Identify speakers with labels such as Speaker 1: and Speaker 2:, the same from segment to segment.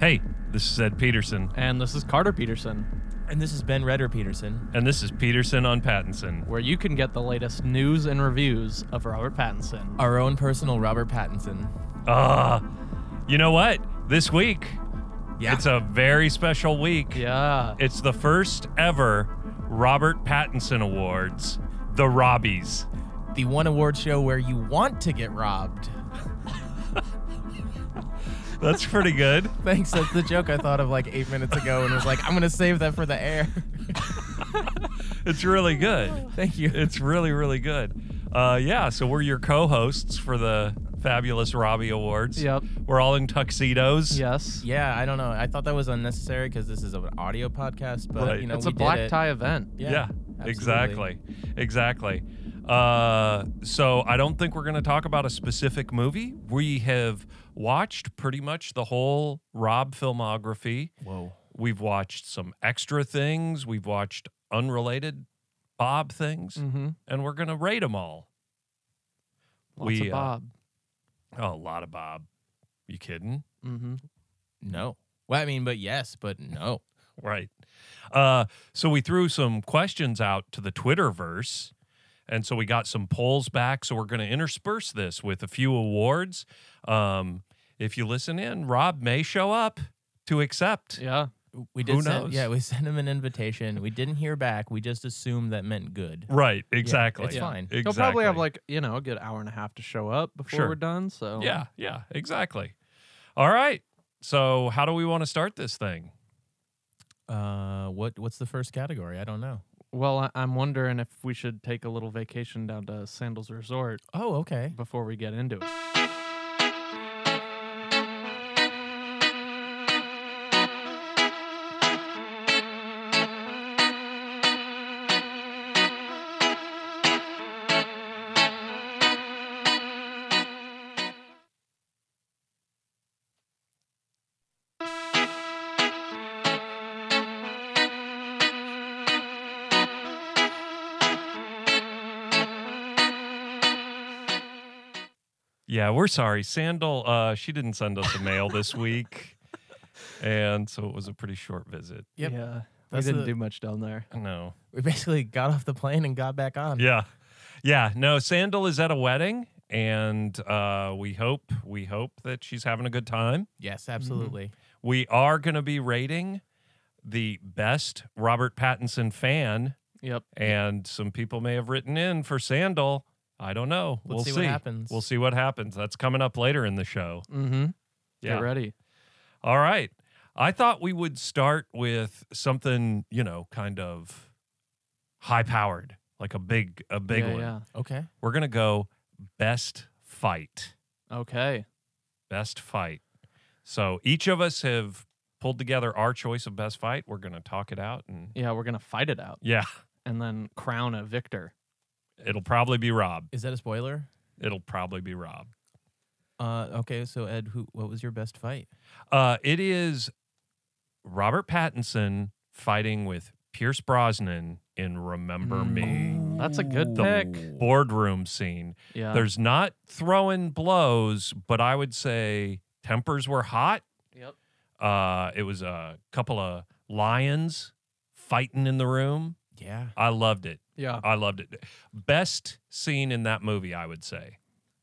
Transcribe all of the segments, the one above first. Speaker 1: Hey, this is Ed Peterson,
Speaker 2: And this is Carter Peterson,
Speaker 3: And this is Ben Redder Peterson.
Speaker 1: and this is Peterson on Pattinson.
Speaker 2: where you can get the latest news and reviews of Robert Pattinson.
Speaker 3: Our own personal Robert Pattinson.
Speaker 1: Ah, you know what? This week,
Speaker 3: Yeah.
Speaker 1: it's a very special week.
Speaker 2: Yeah.
Speaker 1: It's the first ever Robert Pattinson Awards, the Robbies.
Speaker 3: the one award show where you want to get robbed.
Speaker 1: That's pretty good.
Speaker 3: Thanks. That's the joke I thought of like eight minutes ago and was like, I'm going to save that for the air.
Speaker 1: it's really good.
Speaker 3: Thank you.
Speaker 1: It's really, really good. Uh, yeah, so we're your co hosts for the fabulous Robbie Awards.
Speaker 2: Yep.
Speaker 1: We're all in tuxedos.
Speaker 2: yes.
Speaker 3: yeah, I don't know. I thought that was unnecessary because this is an audio podcast, but
Speaker 1: Right.
Speaker 3: you know,
Speaker 2: It's
Speaker 3: we
Speaker 2: a
Speaker 3: did
Speaker 2: black
Speaker 3: it.
Speaker 2: tie event.
Speaker 3: Yeah, absolutely.
Speaker 1: exactly. Exactly. Uh, so I don't think we're going to talk about a specific movie. We have watched pretty much the whole Rob filmography.
Speaker 3: Whoa.
Speaker 1: We've watched some extra things, we've watched unrelated Bob things,
Speaker 3: Mm.
Speaker 2: Mm-hmm.
Speaker 1: and we're going to rate them all.
Speaker 2: Lots
Speaker 1: We,
Speaker 2: of
Speaker 1: uh,
Speaker 2: Bob.
Speaker 1: Oh, a lot of Bob. You kidding?
Speaker 2: mm-hmm.
Speaker 3: No. Well, I mean, but yes, but no.
Speaker 1: Right. Uh, so we threw some questions out to the Twitterverse. And so we got some polls back. So we're going to intersperse this with a few awards. Um, if you listen in, Rob may show up to accept.
Speaker 2: Yeah.
Speaker 1: Who
Speaker 3: We did send,
Speaker 1: knows?
Speaker 3: yeah, we sent him an invitation. We didn't hear back. We just assumed that meant good.
Speaker 1: Right. Exactly.
Speaker 3: it's fine.
Speaker 1: Exactly.
Speaker 2: He'll probably have like, you know, a good hour and a half to show up before
Speaker 1: Sure.
Speaker 2: we're done. So
Speaker 1: Yeah. Yeah. Exactly. All right. So how do we want to start this thing?
Speaker 3: Uh, what what's the first category? I don't know.
Speaker 2: Well, I- I'm wondering if we should take a little vacation down to Sandals Resort
Speaker 3: Oh, okay.
Speaker 2: before we get into it.
Speaker 1: Yeah, we're sorry. Sandal, uh, she didn't send us a mail this week. And so it was a pretty short visit.
Speaker 3: Yep.
Speaker 2: Yeah. We
Speaker 3: That's
Speaker 2: didn't
Speaker 3: the-
Speaker 2: do much down there.
Speaker 1: No.
Speaker 3: We basically got off the plane and got back on.
Speaker 1: Yeah. Yeah. No, Sandal is at a wedding and uh, we hope we hope that she's having a good time.
Speaker 3: Yes, absolutely.
Speaker 1: We are going to be rating the best Robert Pattinson fan
Speaker 2: Yep.
Speaker 1: and some people may have written in for Sandal. I don't know.
Speaker 3: Let's
Speaker 1: we'll
Speaker 3: see
Speaker 1: see.
Speaker 3: what happens.
Speaker 1: We'll see what happens. That's coming up later in the show.
Speaker 2: Mm-hmm.
Speaker 1: Yeah.
Speaker 2: Get ready.
Speaker 1: All right. I thought we would start with something, you know, kind of high powered, like a big a big
Speaker 2: yeah,
Speaker 1: one.
Speaker 2: Yeah.
Speaker 3: Okay.
Speaker 1: We're going to go best fight.
Speaker 2: Okay.
Speaker 1: Best fight. So each of us have pulled together our choice of best fight. We're going to talk it out and
Speaker 2: Yeah, we're gonna fight it out
Speaker 1: yeah,
Speaker 2: and then crown a victor.
Speaker 1: it'll probably be Rob.
Speaker 3: Is that a spoiler?
Speaker 1: It'll probably be Rob.
Speaker 3: Uh, okay. So Ed, who what was your best fight?
Speaker 1: Uh it is Robert Pattinson fighting with Pierce Brosnan in Remember
Speaker 3: Mm.
Speaker 1: Me.
Speaker 2: That's a good
Speaker 1: The
Speaker 2: pick.
Speaker 1: boardroom scene.
Speaker 2: Yeah.
Speaker 1: There's not throwing blows, but I would say tempers were hot.
Speaker 2: Yep.
Speaker 1: Uh, it was a couple of lions fighting in the room.
Speaker 3: Yeah.
Speaker 1: I loved it.
Speaker 2: Yeah.
Speaker 1: I loved it. Best scene in that movie, I would say.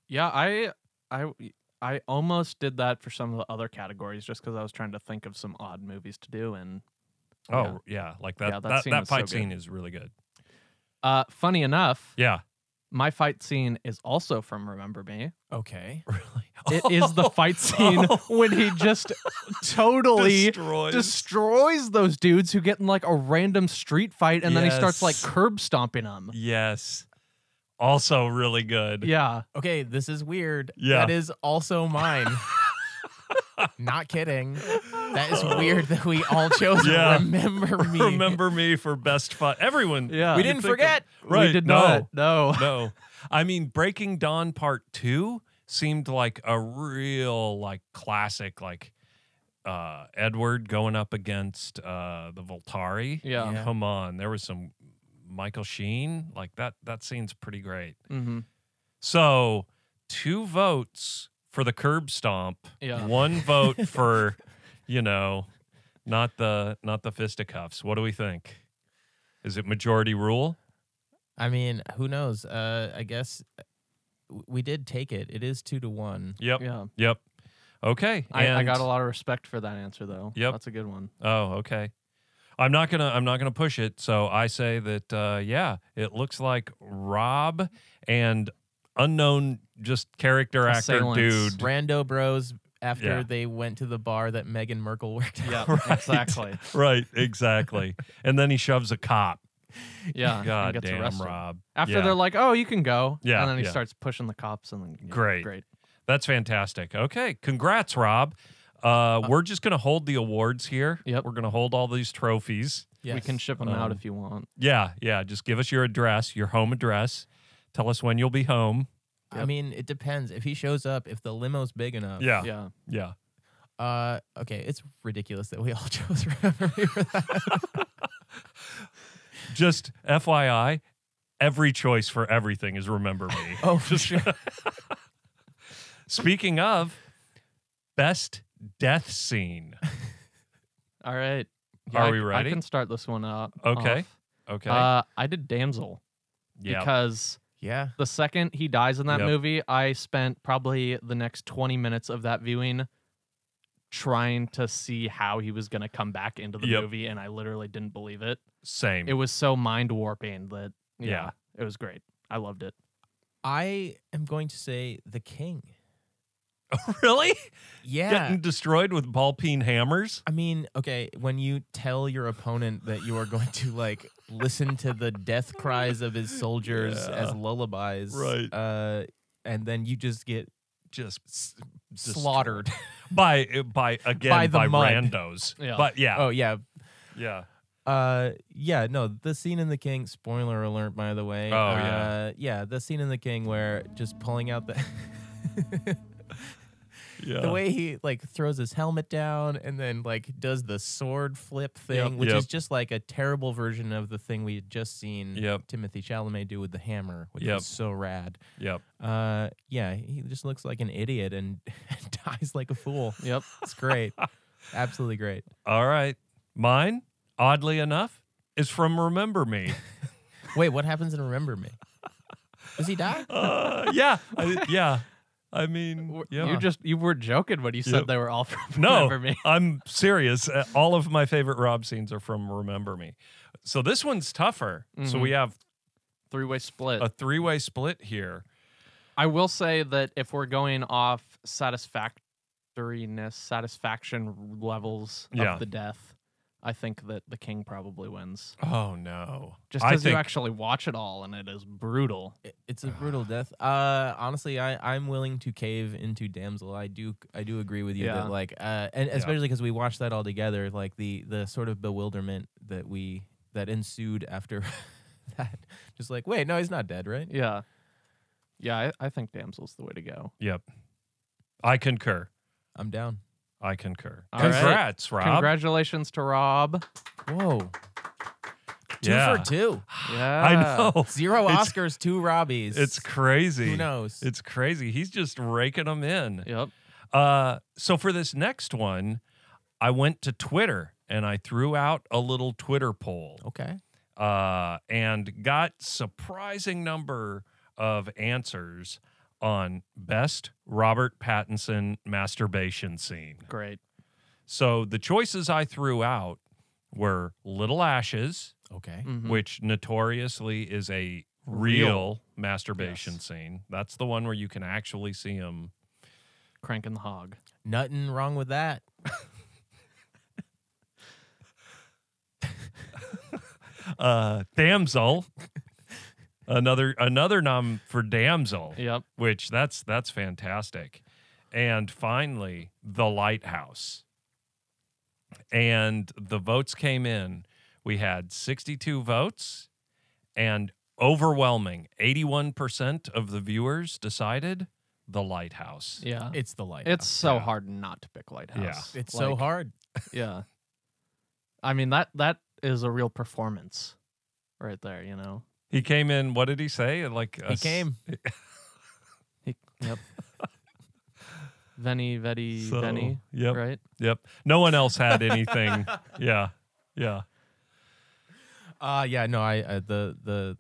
Speaker 2: Yeah, I I I almost did that for some of the other categories just cuz I was trying to think of some odd movies to do and
Speaker 1: Oh yeah, like that.
Speaker 2: Yeah, that
Speaker 1: that, that,
Speaker 2: scene was so
Speaker 1: fight
Speaker 2: good.
Speaker 1: scene is really good.
Speaker 2: uh funny enough,
Speaker 1: Yeah,
Speaker 2: my fight scene is also from Remember Me.
Speaker 3: Okay.
Speaker 1: really.
Speaker 2: It is the fight scene when he just totally
Speaker 1: Oh. Destroys.
Speaker 2: destroys those dudes who get in like a random street fight and then he starts like
Speaker 1: Yes.
Speaker 2: curb stomping them.
Speaker 1: yes, also really good.
Speaker 2: Yeah.
Speaker 3: Okay. This is weird.
Speaker 1: Yeah.
Speaker 3: That is also mine. Not kidding. That is weird that we all chose
Speaker 1: Yeah.
Speaker 3: remember me.
Speaker 1: Remember me for best fight. Everyone.
Speaker 2: Yeah.
Speaker 3: We
Speaker 1: you
Speaker 3: didn't
Speaker 1: think of-
Speaker 3: forget.
Speaker 1: right.
Speaker 2: we did
Speaker 1: no.
Speaker 2: not. No.
Speaker 1: no. I mean, Breaking Dawn Part Two seemed like a real like classic, like uh Edward going up against uh the Voltari.
Speaker 2: Yeah.
Speaker 3: Yeah.
Speaker 1: Come on, there was some Michael Sheen. Like that that scene's pretty great.
Speaker 2: Mhm.
Speaker 1: So two votes for the curb stomp,
Speaker 2: Yeah.
Speaker 1: one vote for you know, not the not the fisticuffs. What do we think? Is it majority rule?
Speaker 3: I mean, who knows? Uh, I guess w- we did take it. It is two to one.
Speaker 1: Yep.
Speaker 2: Yeah.
Speaker 1: Yep. Okay.
Speaker 2: I, I
Speaker 1: and-
Speaker 2: got a lot of respect for that answer though.
Speaker 1: Yep.
Speaker 2: That's a good one.
Speaker 1: Oh, okay. I'm not gonna I'm not gonna push it. So I say that uh, yeah, it looks like Rob and unknown just character actor
Speaker 2: Assailants.
Speaker 1: dude.
Speaker 3: Brando Bros. After
Speaker 1: Yeah.
Speaker 3: they went to the bar that Meghan Merkel worked at.
Speaker 2: Yeah.
Speaker 1: Right.
Speaker 2: Exactly.
Speaker 1: Right, exactly. and then he shoves a cop.
Speaker 2: Yeah. and
Speaker 1: God
Speaker 2: gets
Speaker 1: damn,
Speaker 2: arrested.
Speaker 1: Rob.
Speaker 2: After
Speaker 1: Yeah.
Speaker 2: they're like, "Oh, you can go,"
Speaker 1: Yeah,
Speaker 2: and then he
Speaker 1: yeah.
Speaker 2: starts pushing the cops, and then yeah,
Speaker 1: Great.
Speaker 2: great.
Speaker 1: That's fantastic. Okay, congrats, Rob. Uh, we're just gonna hold the awards here.
Speaker 2: Yep.
Speaker 1: We're gonna hold all these trophies.
Speaker 2: We can
Speaker 3: Yes.
Speaker 2: ship them
Speaker 1: Um,
Speaker 2: out if you want.
Speaker 1: Yeah, yeah. Just give us your address, your home address. Tell us when you'll be home.
Speaker 3: I mean, it depends. If he shows up, if the limo's big enough.
Speaker 1: Yeah, yeah.
Speaker 2: Yeah.
Speaker 3: Uh, okay, it's ridiculous that we all chose Reverie for that.
Speaker 1: Just FYI, every choice for everything is remember me.
Speaker 3: oh, for sure.
Speaker 1: Speaking of best death scene.
Speaker 2: All right.
Speaker 1: Are
Speaker 2: I
Speaker 1: we
Speaker 2: c-
Speaker 1: ready?
Speaker 2: I can start this one up.
Speaker 1: Okay. Okay.
Speaker 2: Uh, I did damsel
Speaker 1: yeah.
Speaker 2: because
Speaker 3: Yeah.
Speaker 2: the second he dies in that
Speaker 1: Yep.
Speaker 2: movie, I spent probably the next 20 minutes of that viewing trying to see how he was going to come back into the
Speaker 1: Yep.
Speaker 2: movie, and I literally didn't believe it.
Speaker 1: Same.
Speaker 2: It was so mind warping that, yeah,
Speaker 1: Yeah.
Speaker 2: it was great. I loved it.
Speaker 3: I am going to say the king.
Speaker 1: really?
Speaker 3: Yeah.
Speaker 1: Getting destroyed with ball peen hammers?
Speaker 3: I mean, okay, when you tell your opponent that you are going to like listen to the death cries of his soldiers as
Speaker 1: Yeah.
Speaker 3: lullabies,
Speaker 1: Right.
Speaker 3: Uh, and then you just get
Speaker 1: Just
Speaker 3: s- slaughtered.
Speaker 1: by uh, by again by,
Speaker 3: By the mud.
Speaker 1: randos.
Speaker 2: Yeah.
Speaker 1: But yeah.
Speaker 3: oh yeah,
Speaker 1: Yeah.
Speaker 3: uh, yeah. No, the scene in the King. Spoiler alert, by the way.
Speaker 1: Oh, yeah.
Speaker 3: uh, yeah. The scene in the King where just pulling out the
Speaker 1: Yeah.
Speaker 3: the way he like throws his helmet down and then like does the sword flip thing, which
Speaker 1: Yep.
Speaker 3: is just like a terrible version of the thing we had just seen
Speaker 1: Yep.
Speaker 3: Timothy Chalamet do with the hammer, which
Speaker 1: Yep.
Speaker 3: is so rad.
Speaker 1: yep.
Speaker 3: Uh, yeah, he just looks like an idiot and dies like a fool.
Speaker 2: Yep.
Speaker 3: It's great, absolutely great.
Speaker 1: All right. Mine, oddly enough, is from Remember Me.
Speaker 3: Wait, what happens in Remember Me? Does he die?
Speaker 1: uh, yeah. I, yeah. I mean, yeah.
Speaker 2: You just, you were joking when you said
Speaker 1: Yep.
Speaker 2: they were all from
Speaker 1: No,
Speaker 2: Remember Me.
Speaker 1: I'm serious. Uh, All of my favorite Rob scenes are from Remember Me. So this one's tougher. So
Speaker 2: Mhm.
Speaker 1: we have
Speaker 2: Three way split.
Speaker 1: a three way split here.
Speaker 2: I will say that if we're going off satisfactoriness, satisfaction levels
Speaker 1: Yeah.
Speaker 2: of the death, I think that the king probably wins.
Speaker 1: Oh, no.
Speaker 2: Just
Speaker 1: I
Speaker 2: because you
Speaker 1: think-
Speaker 2: actually watch it all and it is brutal.
Speaker 3: It- It's a brutal death. Uh, honestly, I I'm willing to cave into damsel. I do I do agree with you
Speaker 2: Yeah.
Speaker 3: that like uh, and especially because we watched that all together. Like the the sort of bewilderment that we that ensued after that. Just like wait, no, he's not dead, right?
Speaker 2: Yeah. Yeah, I, I think damsel's the way to go.
Speaker 1: Yep. I concur.
Speaker 3: I'm down.
Speaker 1: I concur.
Speaker 2: All right.
Speaker 1: Congrats, Rob.
Speaker 2: Congratulations to Rob.
Speaker 3: Whoa, two
Speaker 1: Yeah.
Speaker 3: for two,
Speaker 2: Yeah.
Speaker 1: I know.
Speaker 3: zero
Speaker 1: It's-
Speaker 3: Oscars, two Robbies.
Speaker 1: It's crazy.
Speaker 3: who knows.
Speaker 1: It's crazy. He's just raking them in.
Speaker 2: Yep.
Speaker 1: Uh, so for this next one, I went to Twitter and I threw out a little Twitter poll.
Speaker 3: okay.
Speaker 1: uh, and got surprising number of answers on best Robert Pattinson masturbation scene.
Speaker 2: Great.
Speaker 1: So the choices I threw out were Little Ashes,
Speaker 3: Okay.
Speaker 2: Mhm.
Speaker 1: which notoriously is a real,
Speaker 2: Real.
Speaker 1: masturbation
Speaker 2: Yes.
Speaker 1: scene. That's the one where you can actually see him.
Speaker 2: Cranking the hog.
Speaker 3: Nothing wrong with that.
Speaker 1: Uh, damsel, another another nom for damsel.
Speaker 2: Yep.
Speaker 1: which that's that's fantastic. And finally, The Lighthouse. And the votes came in. We had 62 votes and overwhelming 81% of the viewers decided The Lighthouse.
Speaker 2: Yeah.
Speaker 3: It's the light.
Speaker 2: it's so
Speaker 1: yeah.
Speaker 2: hard not to pick Lighthouse.
Speaker 3: it's so
Speaker 2: Like,
Speaker 3: hard.
Speaker 2: Yeah. I mean that that is a real performance right there, you know.
Speaker 1: He came in, what did he say? Like a
Speaker 3: He
Speaker 1: s-
Speaker 3: came.
Speaker 2: He, yep. Veni, Vedi,
Speaker 1: So,
Speaker 2: Veni.
Speaker 1: yep.
Speaker 2: Right?
Speaker 1: Yep. No one else had anything. yeah. Yeah.
Speaker 3: Uh yeah, no, I uh, the the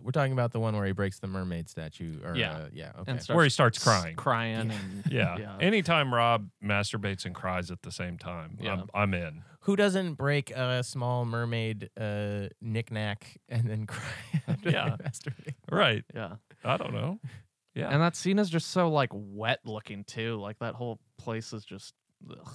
Speaker 3: we're talking about the one where he breaks the mermaid statue or
Speaker 2: Yeah.
Speaker 3: uh, yeah, okay.
Speaker 2: And starts
Speaker 1: Where he starts crying.
Speaker 2: Crying. And,
Speaker 1: Yeah.
Speaker 2: yeah.
Speaker 1: Anytime Rob masturbates and cries at the same time,
Speaker 2: Yeah.
Speaker 1: I'm, I'm in.
Speaker 3: Who doesn't break a small mermaid uh knickknack and then cry after
Speaker 1: Yeah.
Speaker 3: they masturbate?
Speaker 1: Right.
Speaker 2: yeah.
Speaker 1: I don't know. Yeah.
Speaker 2: And that scene is just so like wet looking too. Like that whole place is just. Ugh.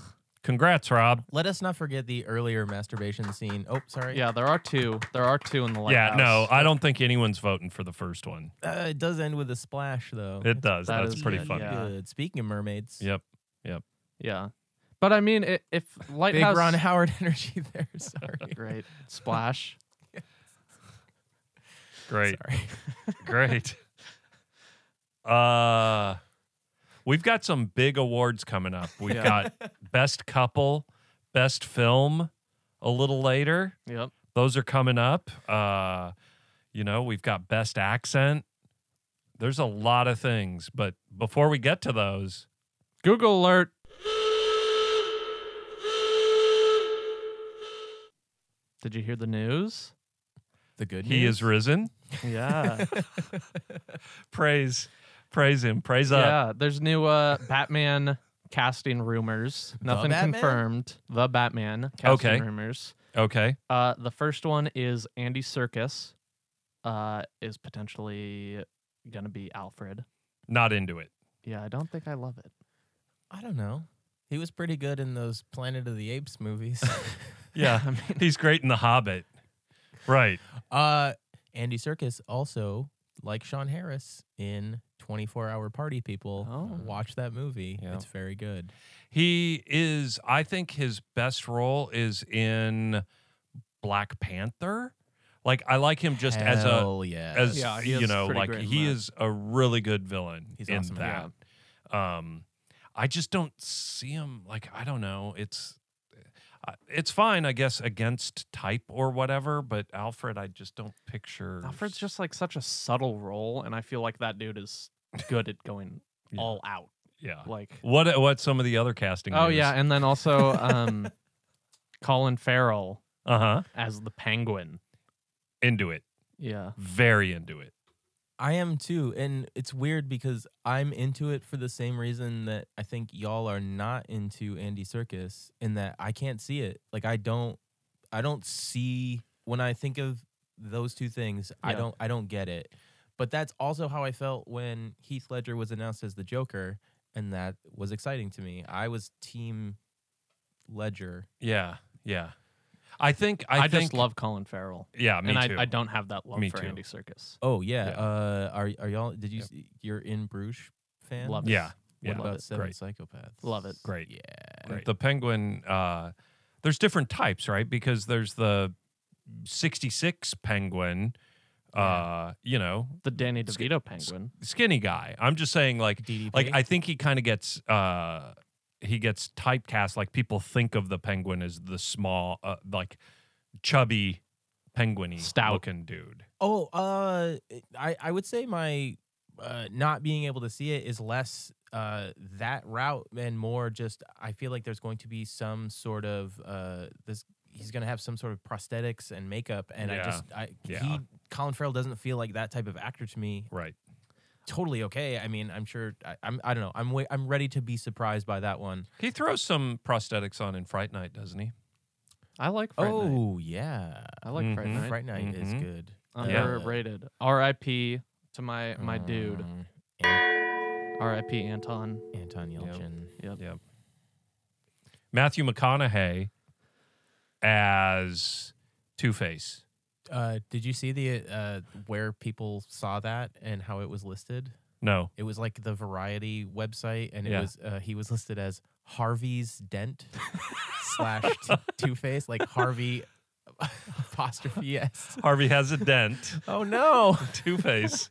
Speaker 1: Congrats, Rob.
Speaker 3: Let us not forget the earlier masturbation scene. Oh, sorry.
Speaker 2: Yeah, there are two. There are two in the lighthouse.
Speaker 1: Yeah. No, I don't think anyone's voting for the first one.
Speaker 3: Uh, it does end with a splash though.
Speaker 1: It does.
Speaker 2: that
Speaker 1: That's
Speaker 2: is
Speaker 1: pretty
Speaker 2: good,
Speaker 1: funny.
Speaker 2: yeah.
Speaker 3: Good. Speaking of mermaids,
Speaker 1: Yep.
Speaker 2: Yeah, but I mean, i- if
Speaker 3: big
Speaker 2: lighthouse
Speaker 3: Ron Howard energy there. Sorry.
Speaker 2: great splash.
Speaker 1: Great.
Speaker 3: Sorry.
Speaker 1: Great. Uh we've got some big awards coming up. We've
Speaker 2: Yeah.
Speaker 1: got best couple, best film a little later.
Speaker 2: Yep.
Speaker 1: Those are coming up. Uh you know, we've got best accent. There's a lot of things, but before we get to those,
Speaker 2: Google alert. Did you hear the news?
Speaker 3: The good
Speaker 1: he is risen.
Speaker 2: Yeah.
Speaker 1: Praise praise him. Praise up.
Speaker 2: yeah. There's new uh, Batman casting rumors. Nothing
Speaker 3: Batman?
Speaker 2: confirmed. The Batman casting
Speaker 1: Okay.
Speaker 2: rumors.
Speaker 1: Okay.
Speaker 2: Uh, the first one is Andy Circus uh, is potentially gonna be Alfred.
Speaker 1: Not into it.
Speaker 2: Yeah, I don't think I love it.
Speaker 3: I don't know. He was pretty good in those Planet of the Apes movies.
Speaker 1: Yeah.
Speaker 2: I mean,
Speaker 1: He's great in The Hobbit. Right.
Speaker 3: Uh, Andy Circus also, like Sean Harris in 24 Hour Party People,
Speaker 2: Oh.
Speaker 3: watch that movie.
Speaker 1: Yeah.
Speaker 3: It's very good.
Speaker 1: He is, I think his best role is in Black Panther. Like I like him just as a
Speaker 3: Hell yes.
Speaker 1: as
Speaker 2: Yeah, he
Speaker 1: you
Speaker 2: is
Speaker 1: know,
Speaker 2: pretty
Speaker 1: like
Speaker 2: great in
Speaker 1: he
Speaker 2: that.
Speaker 1: is a really good villain
Speaker 3: He's
Speaker 1: in
Speaker 3: awesome,
Speaker 1: that. Um I just don't see him like I don't know. It's I- it's fine, I guess, against type or whatever, but Alfred, I just don't picture.
Speaker 2: Alfred's just like such a subtle role, and I feel like that dude is good at going
Speaker 1: Yeah.
Speaker 2: all out.
Speaker 1: yeah.
Speaker 2: Like,
Speaker 1: What what some of the other casting?
Speaker 2: oh yeah, and then also um, Colin Farrell
Speaker 1: uh huh.
Speaker 2: as the Penguin.
Speaker 1: Into it,
Speaker 2: Yeah,
Speaker 1: very into it.
Speaker 3: I am too. And it's weird because I'm into it for the same reason that I think y'all are not into Andy Circus in that I can't see it. Like I don't I don't see when I think of those two things, I
Speaker 2: Yeah.
Speaker 3: don't I don't get it. But that's also how I felt when Heath Ledger was announced as the Joker and that was exciting to me. I was team Ledger.
Speaker 1: Yeah, yeah. I think I,
Speaker 2: I,
Speaker 1: think,
Speaker 2: just love Colin Farrell,
Speaker 1: Yeah, me
Speaker 2: and I,
Speaker 1: too.
Speaker 2: I don't have that love
Speaker 1: Me
Speaker 2: for
Speaker 1: too.
Speaker 2: Andy Circus.
Speaker 3: Oh yeah.
Speaker 1: Yeah.
Speaker 3: Uh are are y'all did you
Speaker 1: Yep.
Speaker 3: see, you're in Bruges fan?
Speaker 2: Love it.
Speaker 1: Yeah,
Speaker 3: What
Speaker 1: yeah.
Speaker 2: Love
Speaker 3: about
Speaker 2: it.
Speaker 3: Seven
Speaker 1: Great.
Speaker 3: Psychopaths?
Speaker 2: Love it.
Speaker 1: Great.
Speaker 3: Yeah.
Speaker 1: Right. The penguin. Uh, there's different types, right? Because there's the '66 penguin. Uh, you know,
Speaker 2: The Danny
Speaker 1: Sk-
Speaker 2: DeVito Penguin.
Speaker 1: skinny guy. I'm just saying, like,
Speaker 3: DDP.
Speaker 1: like I think he kind of gets. Uh, he gets typecast. Like people think of the penguin as the small, uh, like, chubby, penguiny
Speaker 2: Stout.
Speaker 1: looking dude.
Speaker 3: oh, uh, I I would say my uh, not being able to see it is less uh that route and more just I feel like there's going to be some sort of uh this he's gonna have some sort of prosthetics and makeup and I
Speaker 1: Yeah.
Speaker 3: just I
Speaker 1: Yeah.
Speaker 3: he Colin Farrell doesn't feel like that type of actor to me.
Speaker 1: Right.
Speaker 3: Totally okay. I mean, I'm sure I, I'm I don't know. I'm wa- I'm ready to be surprised by that one.
Speaker 1: He throws some prosthetics on in Fright Night, doesn't he?
Speaker 2: I like Fright Night.
Speaker 3: oh yeah,
Speaker 2: I like Fright
Speaker 1: Mhm.
Speaker 2: Night.
Speaker 3: Fright Night is
Speaker 1: Mhm.
Speaker 3: good.
Speaker 1: Yeah.
Speaker 2: Underrated. R.I.P. to my my dude.
Speaker 3: Um,
Speaker 1: Mm.
Speaker 2: R.I.P. Anton.
Speaker 3: Anton Yelchin.
Speaker 1: Matthew McConaughey as Two Face.
Speaker 3: Uh, did you see the uh, where people saw that and how it was listed?
Speaker 1: No.
Speaker 3: It was like the Variety website, and it
Speaker 1: Yeah.
Speaker 3: was uh, he was listed as Harvey's Dent slash Two Face, like Harvey apostrophe S.
Speaker 1: Harvey has a dent.
Speaker 3: Oh no!
Speaker 1: Two Face.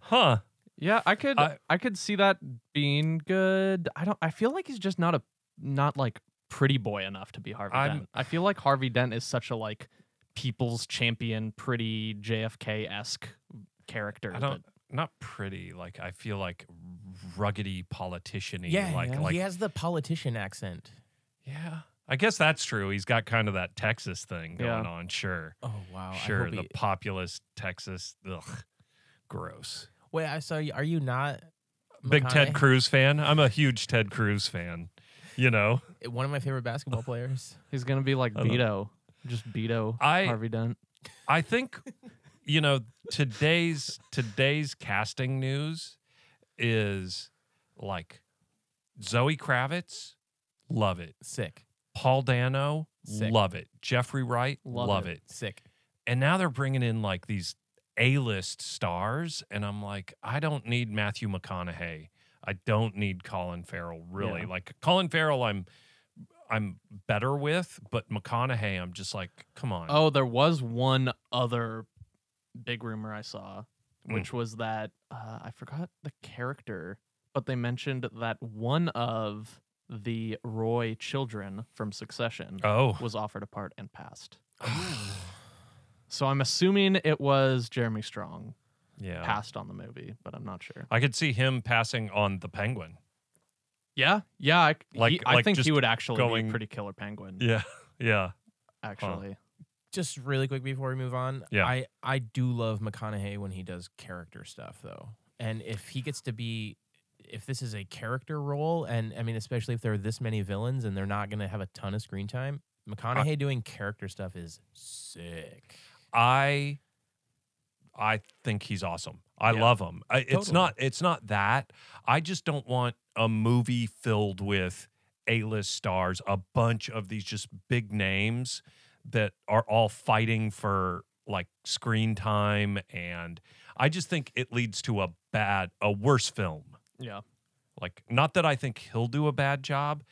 Speaker 1: Huh.
Speaker 2: Yeah, I could
Speaker 1: I-
Speaker 2: I, could see that being good. I don't I feel like he's just not a not like pretty boy enough to be Harvey
Speaker 1: I'm-
Speaker 2: Dent. I feel like Harvey Dent is such a like people's champion pretty JFK-esque character.
Speaker 1: I
Speaker 2: that-
Speaker 1: don't not pretty. Like I feel like ruggedy politician-y,
Speaker 3: yeah,
Speaker 1: like
Speaker 3: yeah.
Speaker 1: like
Speaker 3: he has the politician accent.
Speaker 1: yeah. I guess that's true. He's got kind of that Texas thing going
Speaker 2: Yeah.
Speaker 1: on. Sure,
Speaker 3: Oh wow! I
Speaker 1: sure.
Speaker 3: hope
Speaker 1: The
Speaker 3: he-
Speaker 1: populist Texas, ugh, gross.
Speaker 3: wait, I saw you. Are you not
Speaker 1: Big Ted
Speaker 3: McConaughey?
Speaker 1: Cruz fan. I'm a huge Ted Cruz fan. You know,
Speaker 3: One of my favorite basketball players.
Speaker 2: He's gonna be like
Speaker 1: I don't-
Speaker 2: Beto, just Beto
Speaker 1: I-
Speaker 2: Harvey Dent.
Speaker 1: I think you know today's today's casting news is like Zoe Kravitz, love it.
Speaker 3: Sick,
Speaker 1: Paul Dano,
Speaker 3: Sick.
Speaker 1: love it. Jeffrey Wright, love,
Speaker 2: Love
Speaker 1: it.
Speaker 2: it.
Speaker 3: sick.
Speaker 1: And now they're bringing in like these A-list stars, and I'm like, I don't need Matthew McConaughey. I don't need Colin Farrell really.
Speaker 2: Yeah.
Speaker 1: Like Colin Farrell, I'm I'm better with, but McConaughey, I'm just like, come on.
Speaker 2: Oh, there was one other big rumor I saw,
Speaker 1: Hmm.
Speaker 2: which was that uh, I forgot the character, but they mentioned that one of the Roy children from Succession
Speaker 1: Oh.
Speaker 2: was offered a part and passed. So I'm assuming it was Jeremy Strong
Speaker 1: yeah.
Speaker 2: passed on the movie, but I'm not sure.
Speaker 1: I could see him passing on the penguin.
Speaker 2: Yeah, yeah. I,
Speaker 1: Like-
Speaker 2: like,
Speaker 1: like
Speaker 2: I think
Speaker 1: just
Speaker 2: he would actually be
Speaker 1: going-
Speaker 2: a pretty killer penguin.
Speaker 1: Yeah. Yeah.
Speaker 2: Actually,
Speaker 3: Just really quick before we move on.
Speaker 1: Yeah.
Speaker 3: I I do love McConaughey when he does character stuff though, and if he gets to be. If this is a character role, and I mean, especially if there are this many villains and they're not going to have a ton of screen time, McConaughey doing character stuff is sick.
Speaker 1: I I think he's awesome. I
Speaker 3: Yeah.
Speaker 1: love him. I, It's
Speaker 3: Totally.
Speaker 1: not it's not that. I just don't want a movie filled with A-list stars, a bunch of these just big names that are all fighting for like screen time and I just think it leads to a bad a worse film.
Speaker 2: yeah.
Speaker 1: Like not that I think he'll do a bad job.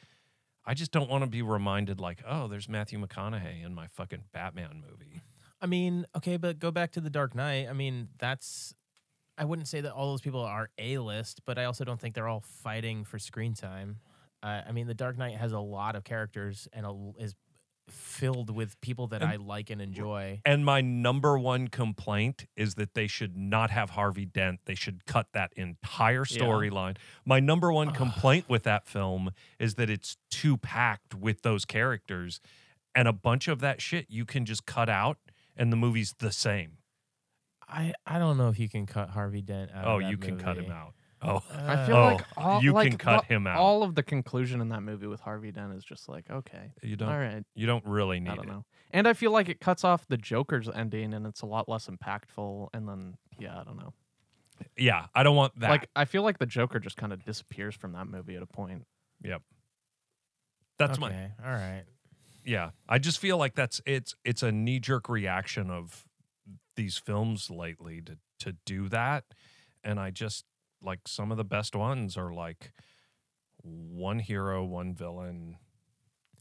Speaker 1: I just don't want to be reminded like, "Oh, there's Matthew McConaughey in my fucking Batman movie."
Speaker 3: I mean, okay, but go back to the Dark Knight. I mean, that's I wouldn't say that all those people are A list, but I also don't think they're all fighting for screen time. Uh, I mean, the Dark Knight has a lot of characters and a l is filled with people that
Speaker 1: And-
Speaker 3: I like and enjoy.
Speaker 1: And my number one complaint is that they should not have Harvey Dent. They should cut that entire storyline. My number one
Speaker 3: Ugh.
Speaker 1: complaint with that film is that it's too packed with those characters. And a bunch of that shit you can just cut out and the movie's the same.
Speaker 3: I I don't know if you can cut Harvey Dent out.
Speaker 1: oh,
Speaker 3: of that
Speaker 1: you can cut him
Speaker 3: movie. Uh,
Speaker 1: out. Oh,
Speaker 2: I feel
Speaker 1: Oh,
Speaker 2: like all,
Speaker 1: you
Speaker 2: like
Speaker 1: can cut
Speaker 2: the-
Speaker 1: him out.
Speaker 2: All of the conclusion in that movie with Harvey Dent is just like, okay,
Speaker 1: you don't
Speaker 2: all right,
Speaker 1: you don't really need
Speaker 2: I don't
Speaker 1: it.
Speaker 2: know. And I feel like it cuts off the Joker's ending, and it's a lot less impactful. And then, yeah, I don't know.
Speaker 1: Yeah, I don't want that.
Speaker 2: Like, I feel like the Joker just kind of disappears from that movie at a point.
Speaker 1: that's
Speaker 3: okay,
Speaker 1: my
Speaker 3: all right.
Speaker 1: yeah i just feel like that's it's it's a knee-jerk reaction of these films lately to to do that and i just like some of the best ones are like one hero one villain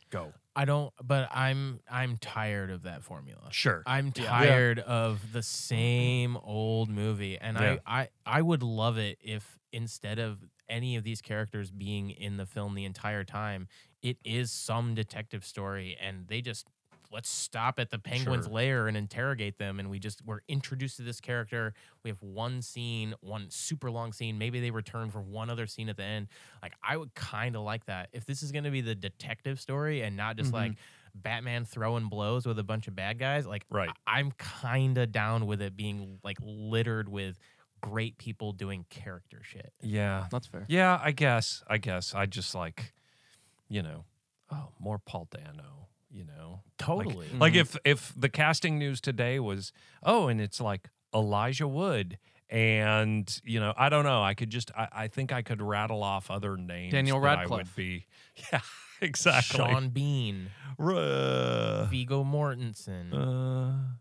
Speaker 1: go
Speaker 3: I don't, but I'm I'm tired of that formula.
Speaker 1: sure
Speaker 3: I'm
Speaker 2: Yeah.
Speaker 3: tired of the same old movie, and
Speaker 1: Yeah.
Speaker 3: I, I I would love it if instead of any of these characters being in the film the entire time, it is some detective story, and they just let's stop at the penguin's
Speaker 1: Sure.
Speaker 3: lair and interrogate them, and we just we're introduced to this character. We have one scene, one super long scene. Maybe they return for one other scene at the end. Like I would kind of like that if this is going to be the detective story and not just
Speaker 2: Mhm.
Speaker 1: Mm-hmm.
Speaker 3: like Batman throwing blows with a bunch of bad guys. Like
Speaker 1: right
Speaker 3: I- I'm kind of down with it being like littered with great people doing character shit.
Speaker 1: yeah
Speaker 2: That's fair.
Speaker 1: yeah i guess i guess i just like you know oh more paul dano you know
Speaker 3: Totally.
Speaker 1: Like
Speaker 2: Mhm.
Speaker 1: if if the casting news today was, oh, and it's like Elijah Wood and you know, I don't know. I could just I, I think I could rattle off other names.
Speaker 2: Daniel
Speaker 1: that I would
Speaker 2: Radcliffe.
Speaker 1: be Yeah, exactly.
Speaker 3: Sean Bean,
Speaker 1: Ra-
Speaker 3: Vigo Mortensen.
Speaker 1: uh,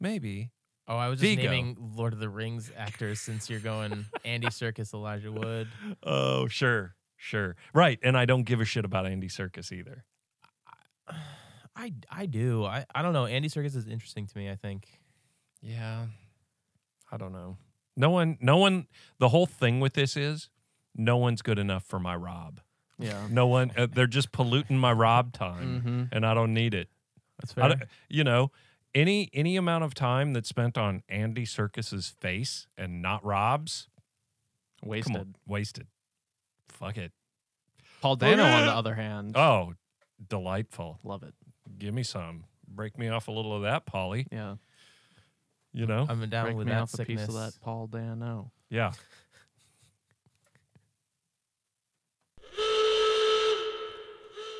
Speaker 1: maybe.
Speaker 3: oh, I was just
Speaker 1: Viggo.
Speaker 3: naming Lord of the Rings actors since you're going Andy Serkis, Elijah Wood.
Speaker 1: Oh, sure. Sure. Right. And I don't give a shit about Andy Circus either.
Speaker 3: I I do. I, I don't know. Andy Serkis is interesting to me, I think.
Speaker 1: Yeah. I don't know. No one no one the whole thing with this is no one's good enough for my Rob.
Speaker 2: Yeah.
Speaker 1: No one. Uh, they're just polluting my Rob time,
Speaker 2: Mhm.
Speaker 1: and I don't need it.
Speaker 3: That's
Speaker 1: I
Speaker 3: fair.
Speaker 1: don't- you know, any any amount of time that's spent on Andy Circus's face and not Rob's, Come
Speaker 2: Wasted.
Speaker 1: on, wasted. Fuck it.
Speaker 2: Paul Dano, on the
Speaker 1: it.
Speaker 2: other hand,
Speaker 1: Oh, delightful.
Speaker 2: love it.
Speaker 1: Give me some. Break me off a little of that, Polly.
Speaker 2: Yeah,
Speaker 1: You know?
Speaker 3: I'm down
Speaker 2: break
Speaker 3: with
Speaker 2: me
Speaker 3: that
Speaker 2: off
Speaker 3: sickness.
Speaker 2: a piece of that Paul Dano.
Speaker 1: Yeah.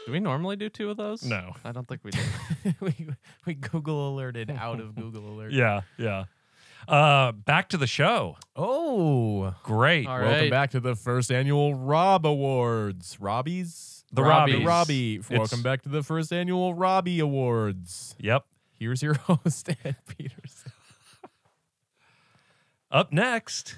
Speaker 2: Do we normally do two of those?
Speaker 1: No.
Speaker 2: I don't think we do.
Speaker 3: we we Google alerted out of Google alert.
Speaker 1: Yeah. Yeah. Uh, back to the show.
Speaker 3: Oh,
Speaker 1: Great.
Speaker 2: All
Speaker 3: welcome
Speaker 2: right.
Speaker 3: back to the first annual Rob Awards. Robbies.
Speaker 1: The Robbie.
Speaker 2: Robbie. Robbies.
Speaker 3: Robbie.
Speaker 1: It's-
Speaker 3: welcome back to the first annual Robbie Awards.
Speaker 1: Yep.
Speaker 3: Here's your host, Ed Peterson.
Speaker 1: Up next,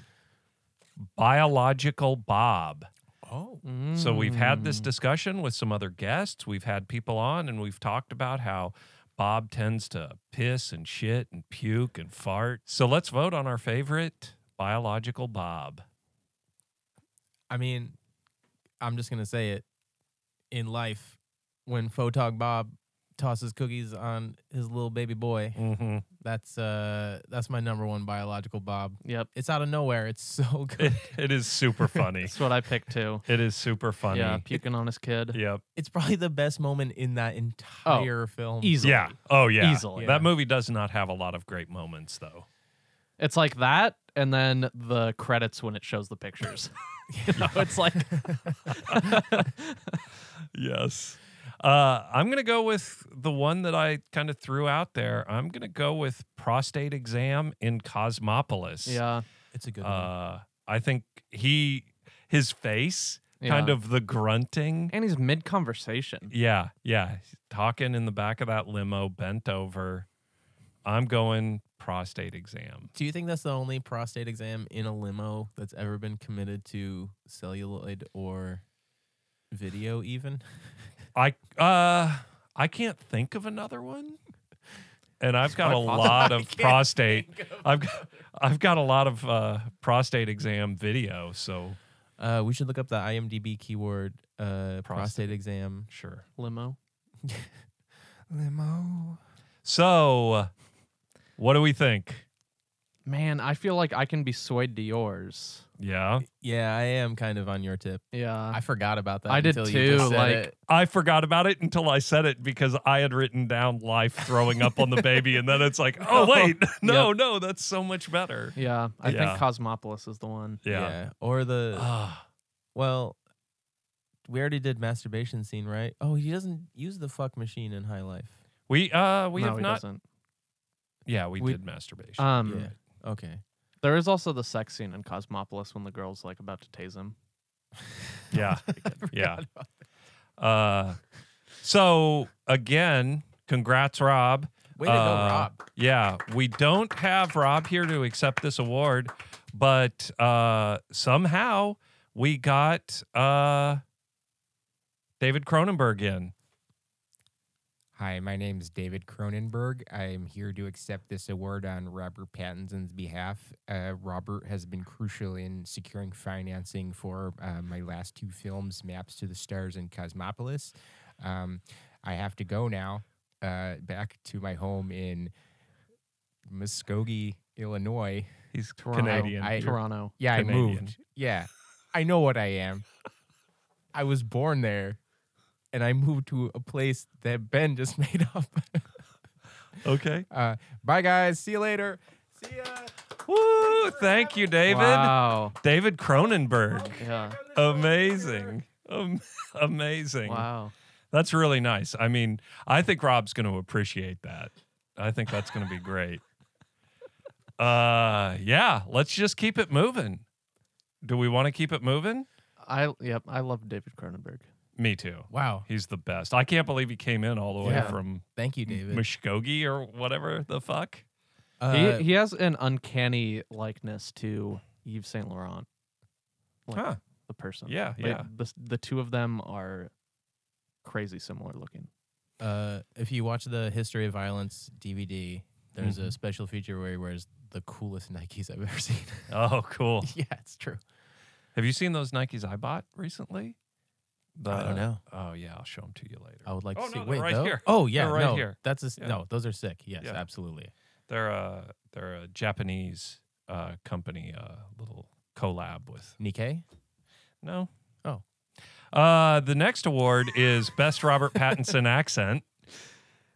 Speaker 1: biological Bob.
Speaker 3: Oh,
Speaker 1: So we've
Speaker 2: Mm.
Speaker 1: had
Speaker 2: Hmm.
Speaker 1: this discussion with some other guests. We've had people on, and we've talked about how Bob tends to piss and shit and puke and fart. So let's vote on our favorite biological Bob.
Speaker 3: I mean, I'm just gonna say it. In life, when Photog Bob tosses cookies on his little baby boy,
Speaker 1: Mm-hmm.
Speaker 3: that's uh that's my number one biological Bob.
Speaker 2: Yep,
Speaker 3: It's out of nowhere. It's so good.
Speaker 1: it is super funny.
Speaker 2: that's what I picked too.
Speaker 1: it is super funny.
Speaker 2: Yeah, puking on his kid.
Speaker 1: Yep.
Speaker 3: it's probably the best moment in that entire film.
Speaker 2: Easily.
Speaker 1: Yeah. Oh, yeah.
Speaker 2: Easily.
Speaker 1: That movie does not have a lot of great moments, though.
Speaker 2: It's like that, and then the credits when it shows the pictures. you know, it's like
Speaker 1: Yes. Uh, I'm going to go with the one that I kind of threw out there. I'm going to go with prostate exam in Cosmopolis.
Speaker 2: yeah,
Speaker 3: It's a good one.
Speaker 1: Uh, I think he, his face,
Speaker 2: yeah.
Speaker 1: kind of the grunting.
Speaker 2: And he's mid conversation.
Speaker 1: Yeah. Yeah. Talking in the back of that limo, bent over. I'm going prostate exam.
Speaker 3: Do you think that's the only prostate exam in a limo that's ever been committed to celluloid or video even?
Speaker 1: I uh I can't think of another one. And I've got a lot of prostate. I've got, I've got a lot of uh, prostate exam video, so
Speaker 3: Uh, we should look up the IMDb keyword uh, prostate. exam.
Speaker 1: sure.
Speaker 2: Limo.
Speaker 3: Limo.
Speaker 1: So, what do we think?
Speaker 2: Man, I feel like I can be swayed to yours.
Speaker 1: Yeah,
Speaker 3: Yeah, I am kind of on your tip.
Speaker 2: Yeah.
Speaker 3: I forgot about that.
Speaker 2: I did
Speaker 3: until
Speaker 2: too,
Speaker 3: You just said
Speaker 2: like-
Speaker 3: it.
Speaker 1: I forgot about it until I said it because I had written down life throwing up on the baby, and then it's like, oh wait, no, no, that's so much better.
Speaker 2: yeah. I
Speaker 1: Yeah.
Speaker 2: think Cosmopolis is the one.
Speaker 1: Yeah.
Speaker 3: Or the
Speaker 1: Ah,
Speaker 3: well, we already did masturbation scene, right? Oh, he doesn't use the fuck machine in High Life.
Speaker 1: we uh we
Speaker 2: no,
Speaker 1: have
Speaker 2: he
Speaker 1: not.
Speaker 2: doesn't.
Speaker 1: Yeah, we,
Speaker 3: We-
Speaker 1: did masturbation.
Speaker 2: Um
Speaker 3: Yeah. Okay.
Speaker 2: there is also the sex scene in Cosmopolis when the girl's like about to tase him.
Speaker 1: yeah, yeah.
Speaker 3: forgot
Speaker 1: Uh, so again, congrats, Rob.
Speaker 3: Way to
Speaker 1: Uh,
Speaker 3: go, Rob.
Speaker 1: Yeah, we don't have Rob here to accept this award, but uh, somehow we got uh, David Cronenberg in.
Speaker 4: Hi, my name is David Cronenberg. I am here to accept this award on Robert Pattinson's behalf. Uh, Robert has been crucial in securing financing for uh, my last two films, Maps to the Stars and Cosmopolis. Um, I have to go now uh, back to my home in Muskogee, Illinois.
Speaker 1: He's
Speaker 2: Toronto.
Speaker 1: Canadian.
Speaker 4: I-
Speaker 2: Toronto.
Speaker 4: Yeah, I
Speaker 1: Canadian.
Speaker 4: moved. Yeah, I know what I am.
Speaker 3: I was born there, and I moved to a place that Ben just made up.
Speaker 1: okay.
Speaker 4: Uh, bye, guys. See you later. See ya.
Speaker 1: Woo! Thank you, David.
Speaker 2: Wow.
Speaker 1: David Cronenberg.
Speaker 2: Yeah.
Speaker 4: Oh
Speaker 1: Amazing. Am- amazing.
Speaker 2: Wow.
Speaker 1: That's really nice. I mean, I think Rob's going to appreciate that. I think that's going to be great. Uh, yeah, let's just keep it moving. Do we want to keep it moving?
Speaker 2: I yep, I love David Cronenberg.
Speaker 1: Me too.
Speaker 3: Wow.
Speaker 1: He's the best. I can't believe he came in all the way
Speaker 2: Yeah.
Speaker 1: from
Speaker 3: Thank you, David.
Speaker 1: Muskogee or whatever the fuck.
Speaker 3: Uh,
Speaker 2: he he has an uncanny likeness to Yves Saint Laurent. Like
Speaker 1: Huh.
Speaker 2: the person.
Speaker 1: Yeah,
Speaker 2: Like,
Speaker 1: yeah.
Speaker 2: The, the two of them are crazy similar looking.
Speaker 3: uh, if you watch the History of Violence DVD, there's
Speaker 2: Mm-hmm.
Speaker 3: a special feature where he wears the coolest Nikes I've ever seen.
Speaker 1: Oh, cool.
Speaker 3: yeah, it's true.
Speaker 1: Have you seen those Nikes I bought recently?
Speaker 3: I don't
Speaker 1: The-
Speaker 3: know.
Speaker 1: Oh, yeah, I'll show them to you later.
Speaker 3: I would like
Speaker 1: Oh,
Speaker 3: to see.
Speaker 1: no, they're
Speaker 3: Wait,
Speaker 1: right
Speaker 3: though-
Speaker 1: here.
Speaker 3: Oh yeah,
Speaker 1: They're right
Speaker 3: no,
Speaker 1: here.
Speaker 3: that's a, s-
Speaker 1: Yeah.
Speaker 3: no. Those are sick. Yes,
Speaker 1: Yeah.
Speaker 3: absolutely.
Speaker 1: They're a they're a Japanese uh, company, uh, little collab with.
Speaker 4: Nikkei?
Speaker 1: No.
Speaker 4: Oh.
Speaker 1: Uh, the next award is Best Robert Pattinson Accent.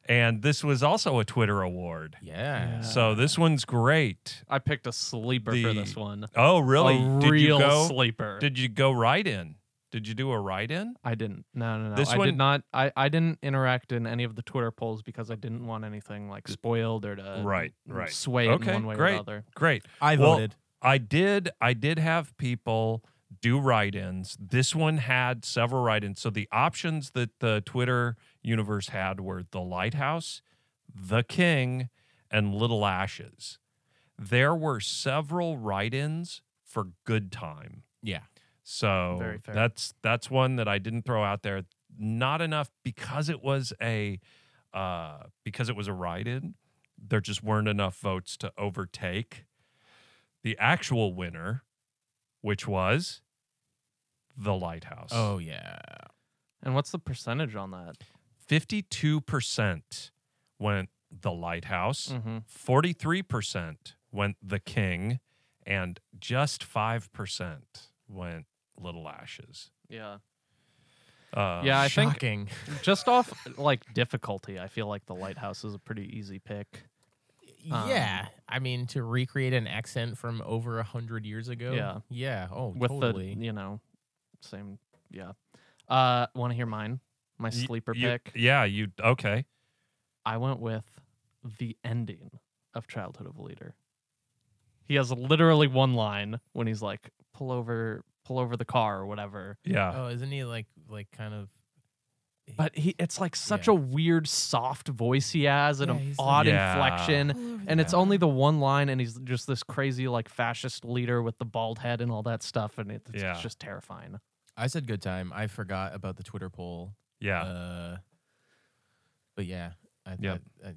Speaker 1: And this was also a Twitter award.
Speaker 4: Yeah.
Speaker 3: Ah.
Speaker 1: So this onene's great.
Speaker 2: I picked a sleeper for
Speaker 1: The-
Speaker 2: this one.
Speaker 1: Oh, really?
Speaker 2: A
Speaker 1: Did you
Speaker 2: real
Speaker 1: go?
Speaker 2: sleeper.
Speaker 1: Did you go right in? Did you do a write in?
Speaker 2: I didn't. No, no, no.
Speaker 1: This
Speaker 2: I
Speaker 1: one-
Speaker 2: did not. I, I didn't interact in any of the Twitter polls because I didn't want anything like spoiled or
Speaker 3: Uh,
Speaker 2: to
Speaker 1: Right, right.
Speaker 2: sway it
Speaker 1: Okay,
Speaker 2: in one way or
Speaker 1: great.
Speaker 2: the other.
Speaker 1: Great.
Speaker 3: I
Speaker 1: Well,
Speaker 3: voted.
Speaker 1: I did I did have people do write-ins. This one had several write-ins. So the options that the Twitter universe had were the lighthouse, the king, and little ashes. There were several write-ins for good time.
Speaker 4: Yeah.
Speaker 1: So
Speaker 2: Very fair.
Speaker 1: that's that's one that I didn't throw out there. Not enough because it was a uh, because it was a write-in. There just weren't enough votes to overtake the actual winner, which was the lighthouse.
Speaker 4: Oh yeah.
Speaker 2: And what's the percentage on that?
Speaker 1: 52% went the lighthouse,
Speaker 4: Mm.
Speaker 2: Mm-hmm.
Speaker 1: 43% went the king, and just 5% went little ashes.
Speaker 2: Yeah.
Speaker 1: Uh,
Speaker 2: Yeah, I think-
Speaker 4: Shocking.
Speaker 2: Just off like difficulty, I feel like the lighthouse is a pretty easy pick. Um,
Speaker 4: yeah, I mean to recreate an accent from over a hundred years ago.
Speaker 2: Yeah.
Speaker 4: yeah. Oh,
Speaker 2: With
Speaker 4: totally.
Speaker 2: the you know, same. Yeah. Uh, want to hear mine? My
Speaker 1: Y-
Speaker 2: sleeper
Speaker 1: you-
Speaker 2: pick.
Speaker 1: Yeah, you okay.
Speaker 2: I went with the ending of Childhood of a Leader. He has literally one line when he's like, pull over, pull over the car or whatever.
Speaker 1: Yeah.
Speaker 4: oh, isn't he like like kind of?
Speaker 2: But he it's like such
Speaker 4: Yeah.
Speaker 2: a weird soft voice he has and
Speaker 4: Yeah,
Speaker 2: an
Speaker 4: he's like-
Speaker 2: odd
Speaker 1: Yeah.
Speaker 2: inflection. And it's only the one line and he's just this crazy like fascist leader with the bald head and all that stuff and it, it's
Speaker 1: Yeah.
Speaker 2: just terrifying.
Speaker 3: I said good time. I forgot about the Twitter poll.
Speaker 1: yeah.
Speaker 3: Uh, but yeah. I, uh,
Speaker 1: Yep.
Speaker 3: I- I-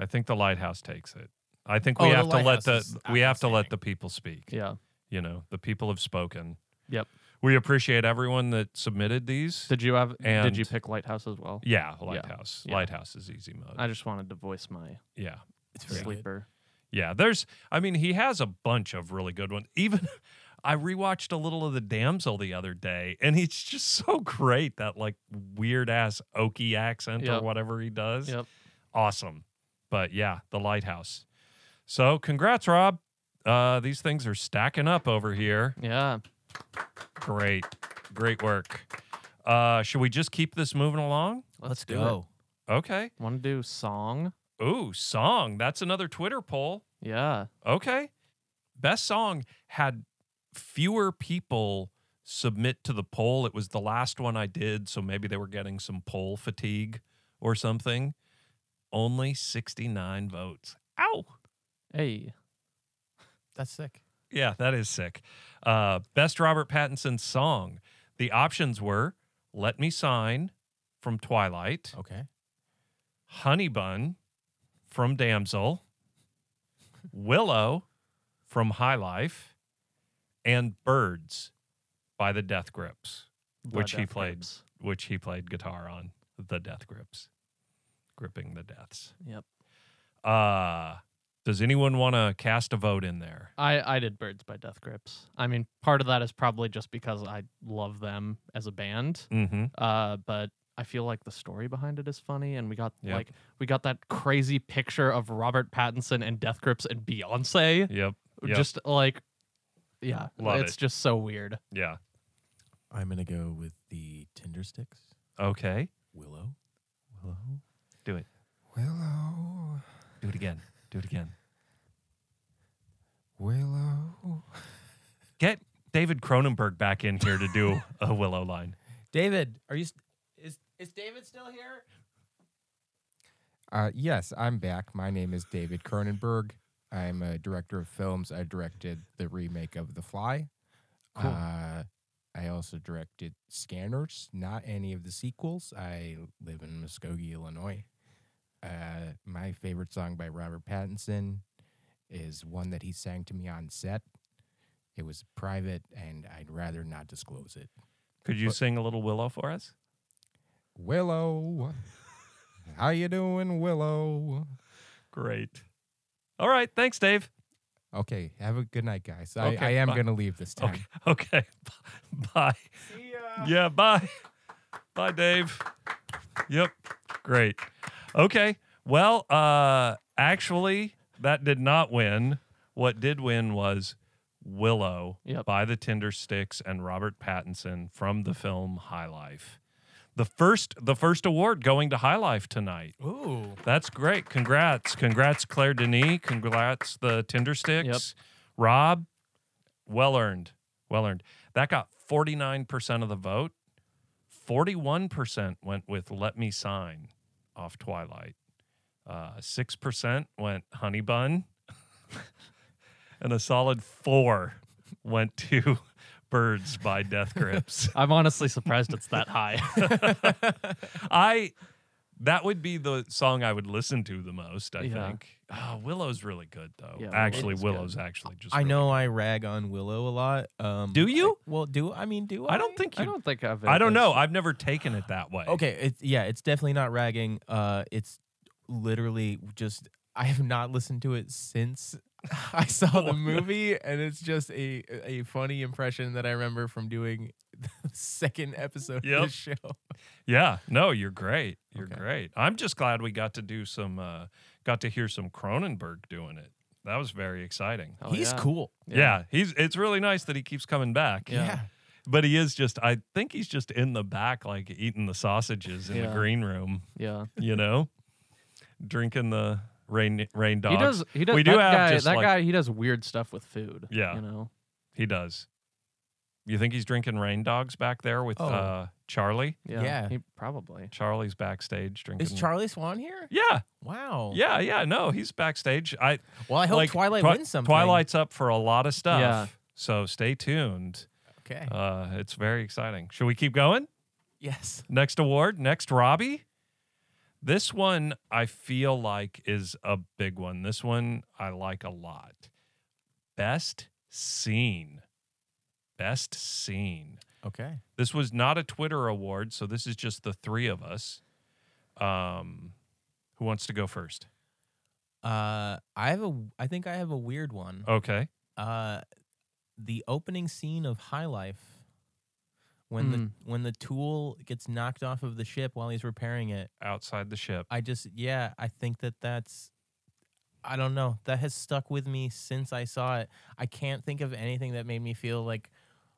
Speaker 1: I think the lighthouse takes it. I think we
Speaker 4: Oh, the
Speaker 1: have to let
Speaker 4: Lighthouse
Speaker 1: the
Speaker 4: is
Speaker 1: we have to let
Speaker 4: outstanding.
Speaker 1: the people speak.
Speaker 2: Yeah.
Speaker 1: You know, the people have spoken.
Speaker 2: Yep.
Speaker 1: We appreciate everyone that submitted these.
Speaker 2: Did you have
Speaker 1: And-
Speaker 2: did you pick Lighthouse as well?
Speaker 1: yeah, lighthouse.
Speaker 2: yeah.
Speaker 1: Lighthouse is easy mode.
Speaker 2: I just wanted to voice my
Speaker 1: yeah.
Speaker 3: it's very good.
Speaker 2: sleeper.
Speaker 1: Yeah, there's I mean, he has a bunch of really good ones. Even I rewatched a little of The Damsel the other day, and it's just so great that like weird ass oaky accent
Speaker 2: Yep.
Speaker 1: or whatever he does.
Speaker 2: Yep.
Speaker 1: awesome. But yeah, the lighthouse. So congrats, Rob. Uh, these things are stacking up over here.
Speaker 2: Yeah.
Speaker 1: Great, great work. Uh, should we just keep this moving along?
Speaker 3: Let's
Speaker 2: do
Speaker 3: go.
Speaker 1: Okay.
Speaker 2: Want to do song?
Speaker 1: Ooh, song. That's another Twitter poll.
Speaker 2: Yeah.
Speaker 1: Okay. Best song had fewer people submit to the poll. It was the last one I did, so maybe they were getting some poll fatigue or something. Only 69 votes. Ow.
Speaker 2: Hey.
Speaker 4: That's sick.
Speaker 1: Yeah, that is sick. Uh, best Robert Pattinson song. The options were Let Me Sign from Twilight,
Speaker 4: Okay.
Speaker 1: Honey Bun from Damsel, Willow from High Life, and Birds by the Death Grips,
Speaker 2: La
Speaker 1: Which he
Speaker 2: Death
Speaker 1: played.
Speaker 2: Grips.
Speaker 1: which he played guitar on. The Death Grips, gripping the deaths.
Speaker 2: Yep.
Speaker 1: Uh, does anyone want to cast a vote in there?
Speaker 2: I, I did Birds by Death Grips. I mean, part of that is probably just because I love them as a band.
Speaker 1: Mm-hmm.
Speaker 2: Uh, but I feel like the story behind it is funny, and we got
Speaker 1: Yep.
Speaker 2: like we got that crazy picture of Robert Pattinson and Death Grips and Beyonce.
Speaker 1: Yep. Yep.
Speaker 2: Just like, yeah,
Speaker 1: Love
Speaker 2: it's
Speaker 1: it.
Speaker 2: just so weird.
Speaker 1: Yeah.
Speaker 3: I'm going to go with the Tinder Sticks,
Speaker 1: Okay.
Speaker 3: Willow.
Speaker 1: Hello? Do it.
Speaker 4: Willow,
Speaker 1: Do it again. Do it again.
Speaker 4: Willow.
Speaker 1: Get David Cronenberg back in here to do a Willow line.
Speaker 4: David, are you? St- is is David still here? Uh, yes, I'm back. My name is David Cronenberg. I'm a director of films. I directed the remake of The Fly.
Speaker 1: Cool.
Speaker 4: Uh, I also directed Scanners, not any of the sequels. I live in Muskogee, Illinois. Uh, my favorite song by Robert Pattinson is one that he sang to me on set. It was private, and I'd rather not disclose it.
Speaker 1: Could you
Speaker 4: But-
Speaker 1: sing a little Willow for us?
Speaker 4: Willow. How you doing, Willow?
Speaker 1: Great. All right. Thanks, Dave.
Speaker 4: Okay. Have a good night, guys.
Speaker 1: Okay,
Speaker 4: I, I am
Speaker 1: bye.
Speaker 4: going to leave this time.
Speaker 1: Okay. Okay. Bye.
Speaker 4: See ya.
Speaker 1: Yeah. Bye. Bye, Dave. Yep. Great. Okay. Well, uh, actually, that did not win. What did win was Willow
Speaker 2: Yep.
Speaker 1: by the Tinder Sticks and Robert Pattinson from the film High Life. The first, the first award going to High Life tonight.
Speaker 3: Ooh.
Speaker 1: That's great. Congrats. Congrats, Claire Denis. Congrats, the Tinder Sticks. Rob, well earned. Well earned. That got 49% of the vote. 41% went with Let Me Sign off Twilight. Uh, 6% went Honey Bun. and a solid 4 went to Birds by Death Grips.
Speaker 2: I'm honestly surprised it's that high.
Speaker 1: I that would be the song I would listen to the most. I
Speaker 2: Yeah.
Speaker 1: think oh, Willow's really good though.
Speaker 2: Yeah,
Speaker 1: actually,
Speaker 2: Willow's good.
Speaker 1: Willow's actually just.
Speaker 3: I
Speaker 1: really
Speaker 3: know I rag on Willow a lot. Um,
Speaker 1: Do you?
Speaker 3: I- well, do I mean do I?
Speaker 1: I don't think
Speaker 2: I
Speaker 1: you.
Speaker 2: don't think I've.
Speaker 1: I don't
Speaker 2: ever-
Speaker 1: know. I've never taken it that way.
Speaker 3: Okay, it's yeah, it's definitely not ragging. Uh, it's literally just I have not listened to it since I saw the movie, and it's just a a funny impression that I remember from doing the second episode
Speaker 1: Yep.
Speaker 3: of the show.
Speaker 1: Yeah. No, you're great. You're
Speaker 3: Okay.
Speaker 1: great. I'm just glad we got to do some. Uh, got to hear some Cronenberg doing it. That was very exciting.
Speaker 2: Oh,
Speaker 3: He's
Speaker 2: yeah.
Speaker 3: cool.
Speaker 1: Yeah. he's. It's really nice that he keeps coming back.
Speaker 2: Yeah.
Speaker 1: but he is just. I think he's just in the back, like eating the sausages in the
Speaker 2: Yeah.
Speaker 1: green room.
Speaker 2: Yeah,
Speaker 1: you know, drinking the rain rain dogs.
Speaker 2: he does. He does.
Speaker 1: We do
Speaker 2: that
Speaker 1: have
Speaker 2: guy,
Speaker 1: just
Speaker 2: that
Speaker 1: like-
Speaker 2: guy. He does weird stuff with food.
Speaker 1: Yeah.
Speaker 2: you know.
Speaker 1: He does. You think he's drinking rain dogs back there with
Speaker 3: Oh.
Speaker 1: uh, Charlie?
Speaker 2: Yeah,
Speaker 3: Yeah.
Speaker 2: He probably.
Speaker 1: Charlie's backstage drinking.
Speaker 3: Is Oh. Charlie Swan here?
Speaker 1: Yeah,
Speaker 3: Wow.
Speaker 1: yeah, yeah. No, he's backstage. I
Speaker 3: Well, I hope
Speaker 1: like,
Speaker 3: Twilight
Speaker 1: Twi-
Speaker 3: wins something.
Speaker 1: Twilight's up for a lot of stuff.
Speaker 2: Yeah.
Speaker 1: So stay tuned.
Speaker 3: Okay.
Speaker 1: Uh, it's very exciting. Should we keep going?
Speaker 3: yes.
Speaker 1: Next award, next Robbie. This one I feel like is a big one. This one I like a lot. Best scene. Best scene.
Speaker 3: Okay.
Speaker 1: This was not a Twitter award, so this is just the three of us. Um, who wants to go first?
Speaker 3: Uh, I have a. I think I have a weird one.
Speaker 1: Okay.
Speaker 3: Uh, the opening scene of High Life, when the
Speaker 2: Mm.
Speaker 3: when the tool gets knocked off of the ship while he's repairing it,
Speaker 1: Outside the ship.
Speaker 3: I just yeah, I think that that's, I don't know, that has stuck with me since I saw it. I can't think of anything that made me feel like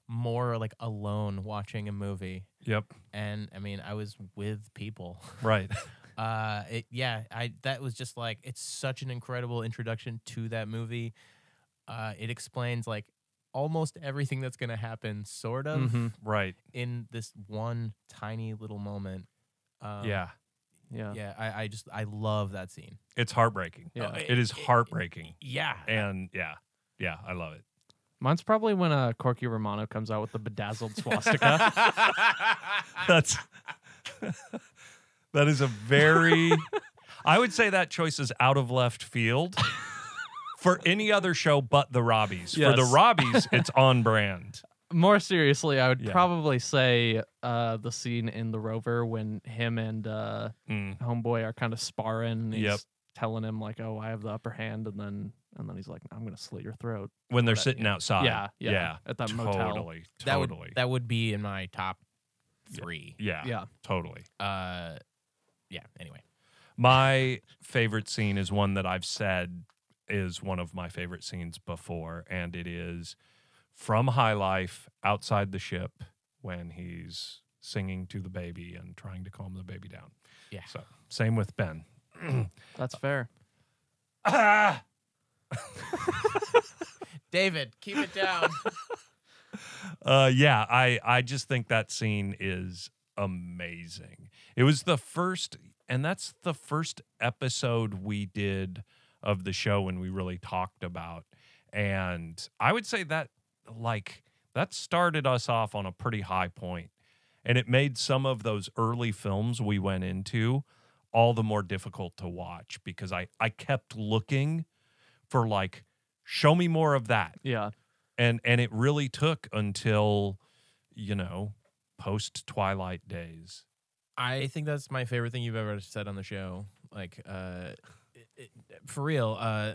Speaker 3: more like alone watching a movie.
Speaker 1: Yep.
Speaker 3: And I mean, I was with people.
Speaker 1: Right.
Speaker 3: Uh, it, yeah, I that was just like it's such an incredible introduction to that movie. Uh, it explains like almost everything that's gonna happen, sort of,
Speaker 1: Mm-hmm.
Speaker 2: Mhm.
Speaker 1: right.
Speaker 3: in this one tiny little moment. Um,
Speaker 1: yeah.
Speaker 2: Yeah.
Speaker 3: yeah. I, I just I love that scene.
Speaker 1: It's heartbreaking.
Speaker 2: Yeah.
Speaker 1: It is heartbreaking.
Speaker 3: Yeah,
Speaker 1: And yeah. Yeah. I love it.
Speaker 2: Mine's probably when uh, Corky Romano comes out with the bedazzled swastika.
Speaker 1: That's that is a very I would say that choice is out of left field for any other show but the Robbies. For the
Speaker 2: Yes.
Speaker 1: Robbies, it's on brand.
Speaker 2: More seriously, I would
Speaker 1: Yeah.
Speaker 2: probably say uh, the scene in the Rover when him and uh,
Speaker 1: Mm,
Speaker 2: homeboy are kind of sparring. and He's
Speaker 1: Yep.
Speaker 2: telling him like, "Oh, I have the upper hand," and then and then he's like, "I'm gonna slit your throat."
Speaker 1: When they're
Speaker 2: That-
Speaker 1: sitting outside.
Speaker 2: yeah, yeah, At that
Speaker 1: totally,
Speaker 2: motel.
Speaker 1: Uh, Totally.
Speaker 3: that would that would be in my top three.
Speaker 1: yeah,
Speaker 2: Yeah.
Speaker 1: Totally.
Speaker 3: Uh, yeah. Anyway,
Speaker 1: My favorite scene is one that I've said is one of my favorite scenes before, and it is from High Life outside the ship when he's singing to the baby and trying to calm the baby down.
Speaker 3: Yeah.
Speaker 1: So same with Ben. Uh,
Speaker 2: That's fair.
Speaker 1: Ah!
Speaker 3: David, keep it down.
Speaker 1: Uh, yeah, I I just think that scene is amazing. It was the first, and that's the first episode we did of the show when we really talked about, and I would say that like that started us off on a pretty high point, and it made some of those early films we went into all the more difficult to watch because I I kept looking for like show me more of that
Speaker 2: Yeah.
Speaker 1: and and it really took until you know post twilight days
Speaker 3: I think that's my favorite thing you've ever said on the show. Like, uh, it, it, for real. Uh,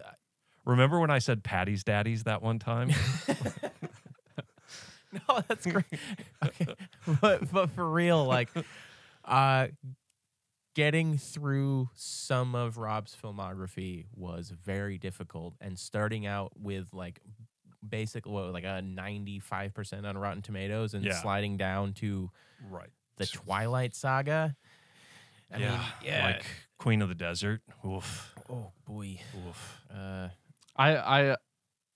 Speaker 1: Remember when I said Patty's Daddies that one time?
Speaker 3: No, that's great. okay. but, but for real, like, uh, getting through some of Rob's filmography was very difficult, and starting out with like basic what like a 95% on rotten tomatoes and
Speaker 1: Yeah.
Speaker 3: sliding down to
Speaker 1: right.
Speaker 3: the twilight saga I mean, yeah
Speaker 1: Like Queen of the Desert. Oof.
Speaker 3: oh boy
Speaker 1: Oof.
Speaker 3: uh
Speaker 2: I I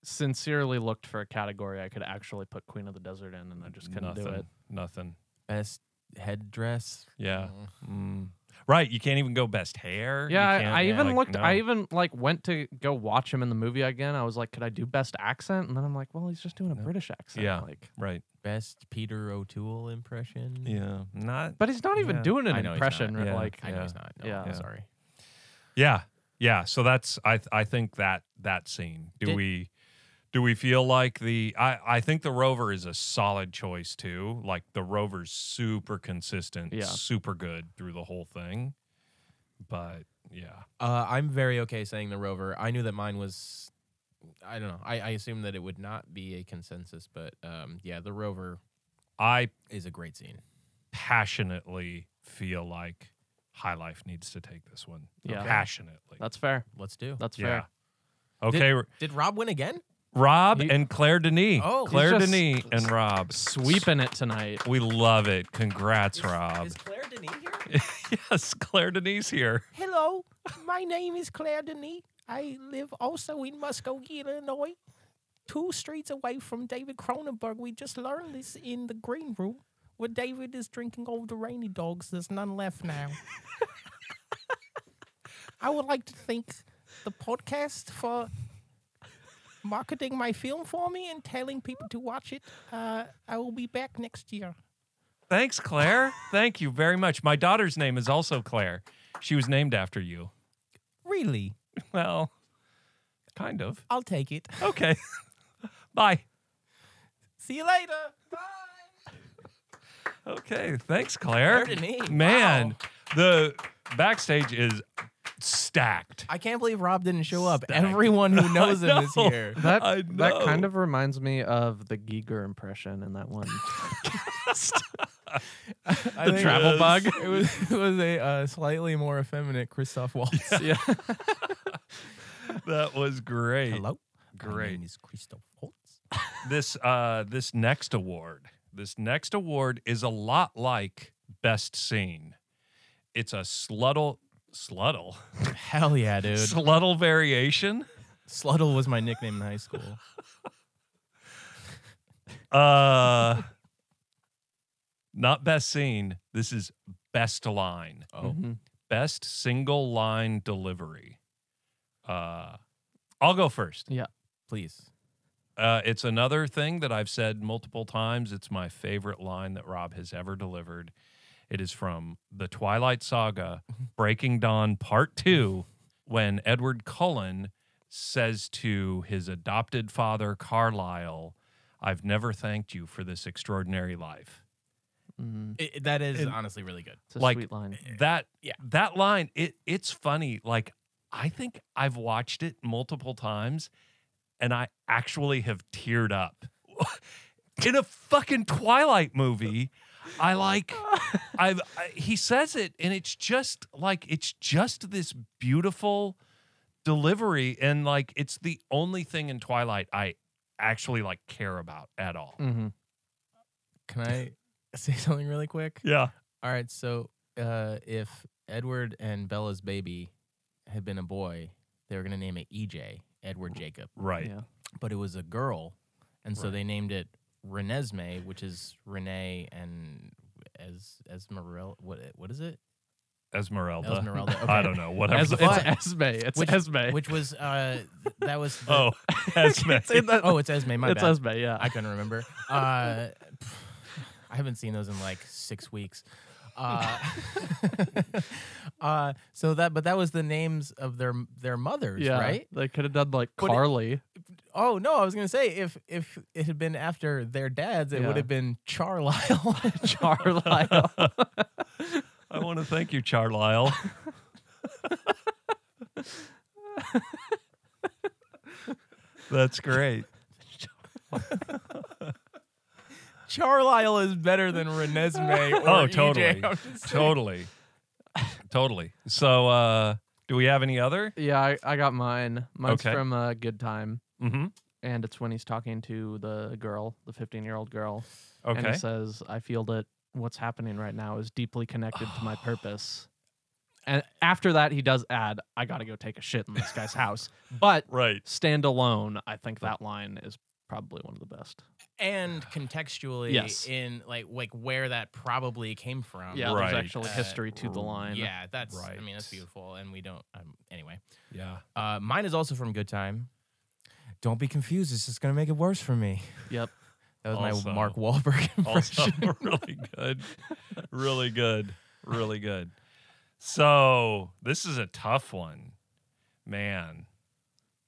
Speaker 2: sincerely looked for a category I could actually put Queen of the Desert in, and I just couldn't
Speaker 1: Nothing.
Speaker 2: do it.
Speaker 1: Nothing.
Speaker 3: best headdress
Speaker 1: Yeah.
Speaker 3: Mm.
Speaker 2: Mm-hmm.
Speaker 1: Mm. Right. You can't even go best hair. You
Speaker 2: Yeah,
Speaker 1: can't-
Speaker 2: I, I even
Speaker 1: like,
Speaker 2: looked.
Speaker 1: no.
Speaker 2: I even like went to go watch him in the movie again. I was like, could I do best accent? And then I'm like, well, he's just doing a
Speaker 1: No.
Speaker 2: British accent.
Speaker 1: Yeah.
Speaker 2: Like,
Speaker 1: Right.
Speaker 3: best peter o'toole impression
Speaker 1: Yeah. Not.
Speaker 2: but he's not even
Speaker 1: Yeah.
Speaker 2: doing an
Speaker 3: I know he's
Speaker 2: impression.
Speaker 1: not. Yeah.
Speaker 2: Like,
Speaker 3: i know he's
Speaker 1: Yeah.
Speaker 3: not no,
Speaker 2: Yeah.
Speaker 3: i'm
Speaker 1: Yeah.
Speaker 3: sorry
Speaker 1: Yeah. Yeah. So that's I th- I think that that scene. Do
Speaker 3: Did-
Speaker 1: we do we feel like the I I think the rover is a solid choice too. Like the rover's super consistent,
Speaker 2: Yeah.
Speaker 1: super good through the whole thing. But yeah.
Speaker 3: Uh, I'm very okay saying the rover. I knew that mine was. I don't know. I, I assume that it would not be a consensus, but um, yeah, the rover
Speaker 1: I
Speaker 3: is a great scene.
Speaker 1: passionately feel like High Life needs to take this one.
Speaker 2: Yeah.
Speaker 1: Passionately.
Speaker 2: that's fair.
Speaker 3: Let's do.
Speaker 2: That's
Speaker 1: yeah.
Speaker 2: fair.
Speaker 1: Okay, R-
Speaker 3: Did Rob win again?
Speaker 1: Rob
Speaker 2: You-
Speaker 1: and Claire Denis.
Speaker 3: Oh, he's
Speaker 1: Claire
Speaker 2: just-
Speaker 1: Denis and Rob.
Speaker 2: Sweeping it tonight.
Speaker 1: We love it. Congrats, Rob.
Speaker 3: Claire Denis here?
Speaker 1: yes, Claire Denis here.
Speaker 3: Hello, my name is Claire Denis. I live also in Muskogee, Illinois, two streets away from David Cronenberg. We just learned this in the green room where David is drinking all the rainy dogs. There's none left now. I would like to thank the podcast for marketing my film for me and telling people to watch it. Uh, I will be back next year.
Speaker 1: Thanks, Claire. Thank you very much. My daughter's name is also Claire. She was named after you.
Speaker 3: Really?
Speaker 1: Well, kind of.
Speaker 3: I'll take it.
Speaker 1: Okay. Bye.
Speaker 3: See you later. Bye.
Speaker 1: Okay. Thanks, Claire.
Speaker 3: Claire Denis.
Speaker 1: Man, the backstage is stacked.
Speaker 3: I can't believe Rob didn't show up.
Speaker 1: Stank.
Speaker 3: Everyone who knows him is
Speaker 1: know.
Speaker 3: here.
Speaker 2: That
Speaker 1: I
Speaker 2: that kind
Speaker 1: know.
Speaker 2: of reminds me of the Giger impression in that one. The
Speaker 3: I think
Speaker 2: travel
Speaker 3: it
Speaker 2: bug?
Speaker 3: was- It was, it was a uh, slightly more effeminate Christoph Waltz.
Speaker 2: yeah.
Speaker 1: That was great.
Speaker 3: Hello,
Speaker 1: Great.
Speaker 3: is Christoph Waltz.
Speaker 1: This uh this next award. This next award is a lot like best scene. It's a sluttle sluttle.
Speaker 3: Hell yeah, dude!
Speaker 1: Sluttle variation.
Speaker 3: Sluttle was my nickname in high school.
Speaker 1: Uh not best scene. This is best line.
Speaker 3: Oh,
Speaker 2: Mhm.
Speaker 1: Best single line delivery. Uh I'll go first.
Speaker 3: please.
Speaker 1: Uh, it's another thing that I've said multiple times. It's my favorite line that Rob has ever delivered. It is from The Twilight Saga, Breaking Dawn Part Two, when Edward Cullen says to his adopted father, Carlyle, I've never thanked you for this extraordinary life.
Speaker 2: Mm,
Speaker 3: It, it- that is
Speaker 1: And-
Speaker 3: honestly really good.
Speaker 2: it's a
Speaker 1: Like-
Speaker 2: sweet line.
Speaker 1: That
Speaker 3: Yeah.
Speaker 1: that line, it it's funny. Like I think I've watched it multiple times and I actually have teared up. In a fucking Twilight movie, I like I've I, he says it and it's just like it's just this beautiful delivery and like it's the only thing in Twilight I actually like care about at all.
Speaker 2: Mm-hmm.
Speaker 3: Can I say something really quick?
Speaker 1: Yeah.
Speaker 3: All right, so uh, if Edward and Bella's baby had been a boy, they were gonna name it EJ, Edward Jacob.
Speaker 1: Right.
Speaker 2: Yeah.
Speaker 3: but it was a girl, and so
Speaker 1: Right.
Speaker 3: they named it Renesmee, which is Renee and as Esmeralda. What what is it?
Speaker 1: Esmeralda.
Speaker 3: Esmeralda. Okay.
Speaker 1: I don't know. Whatever.
Speaker 2: Es-
Speaker 1: the
Speaker 2: it's
Speaker 1: fuck.
Speaker 2: Esme. It's
Speaker 3: Which-
Speaker 2: Esme.
Speaker 3: Which was uh th- that was the,
Speaker 1: oh, Esme.
Speaker 2: It's in the-
Speaker 3: oh it's Esme. My
Speaker 2: it's
Speaker 3: bad.
Speaker 2: Esme. Yeah.
Speaker 3: I couldn't remember. Uh, I haven't seen those in like six weeks. Uh, uh, so that but that was the names of their their mothers,
Speaker 2: yeah.
Speaker 3: right?
Speaker 2: They could have done like
Speaker 3: But it-
Speaker 2: Carly.
Speaker 3: Oh no, I was gonna say if if it had been after their dads, it
Speaker 2: Yeah.
Speaker 3: would have been Charlisle.
Speaker 2: Carlisle.
Speaker 1: I want to thank you, Charlisle. That's great.
Speaker 3: Charlisle is better than Renesmee. or
Speaker 1: Oh,
Speaker 3: EJ.
Speaker 1: totally.
Speaker 3: I'm just saying.
Speaker 1: totally. totally. So, uh, do we have any other?
Speaker 2: Yeah, I, I got mine. Mine's
Speaker 1: Okay.
Speaker 2: from uh, Good Time,
Speaker 1: Mm-hmm.
Speaker 2: and it's when he's talking to the girl, the 15 year old girl, and
Speaker 1: Okay.
Speaker 2: he says, "I feel that what's happening right now is deeply connected to my purpose." And after that, he does add, "I gotta go take a shit in this guy's house." But
Speaker 1: Right.
Speaker 2: stand alone, I think that line is probably one of the best.
Speaker 3: And contextually,
Speaker 2: Yes.
Speaker 3: in like like where that probably came from.
Speaker 2: Yeah,
Speaker 1: Right.
Speaker 2: there's actually
Speaker 3: Uh,
Speaker 2: history to the line.
Speaker 3: Yeah, that's. I mean, that's
Speaker 1: Right.
Speaker 3: beautiful. And we don't. Um, anyway,
Speaker 1: Yeah.
Speaker 3: uh, mine is also from Good Time.
Speaker 4: Don't be confused. It's just going to make it worse for me.
Speaker 2: Yep.
Speaker 3: That was
Speaker 1: Also-
Speaker 3: my Mark Wahlberg
Speaker 1: Also,
Speaker 3: impression.
Speaker 1: really good. Really good. Really good. So, this is a tough one. Man.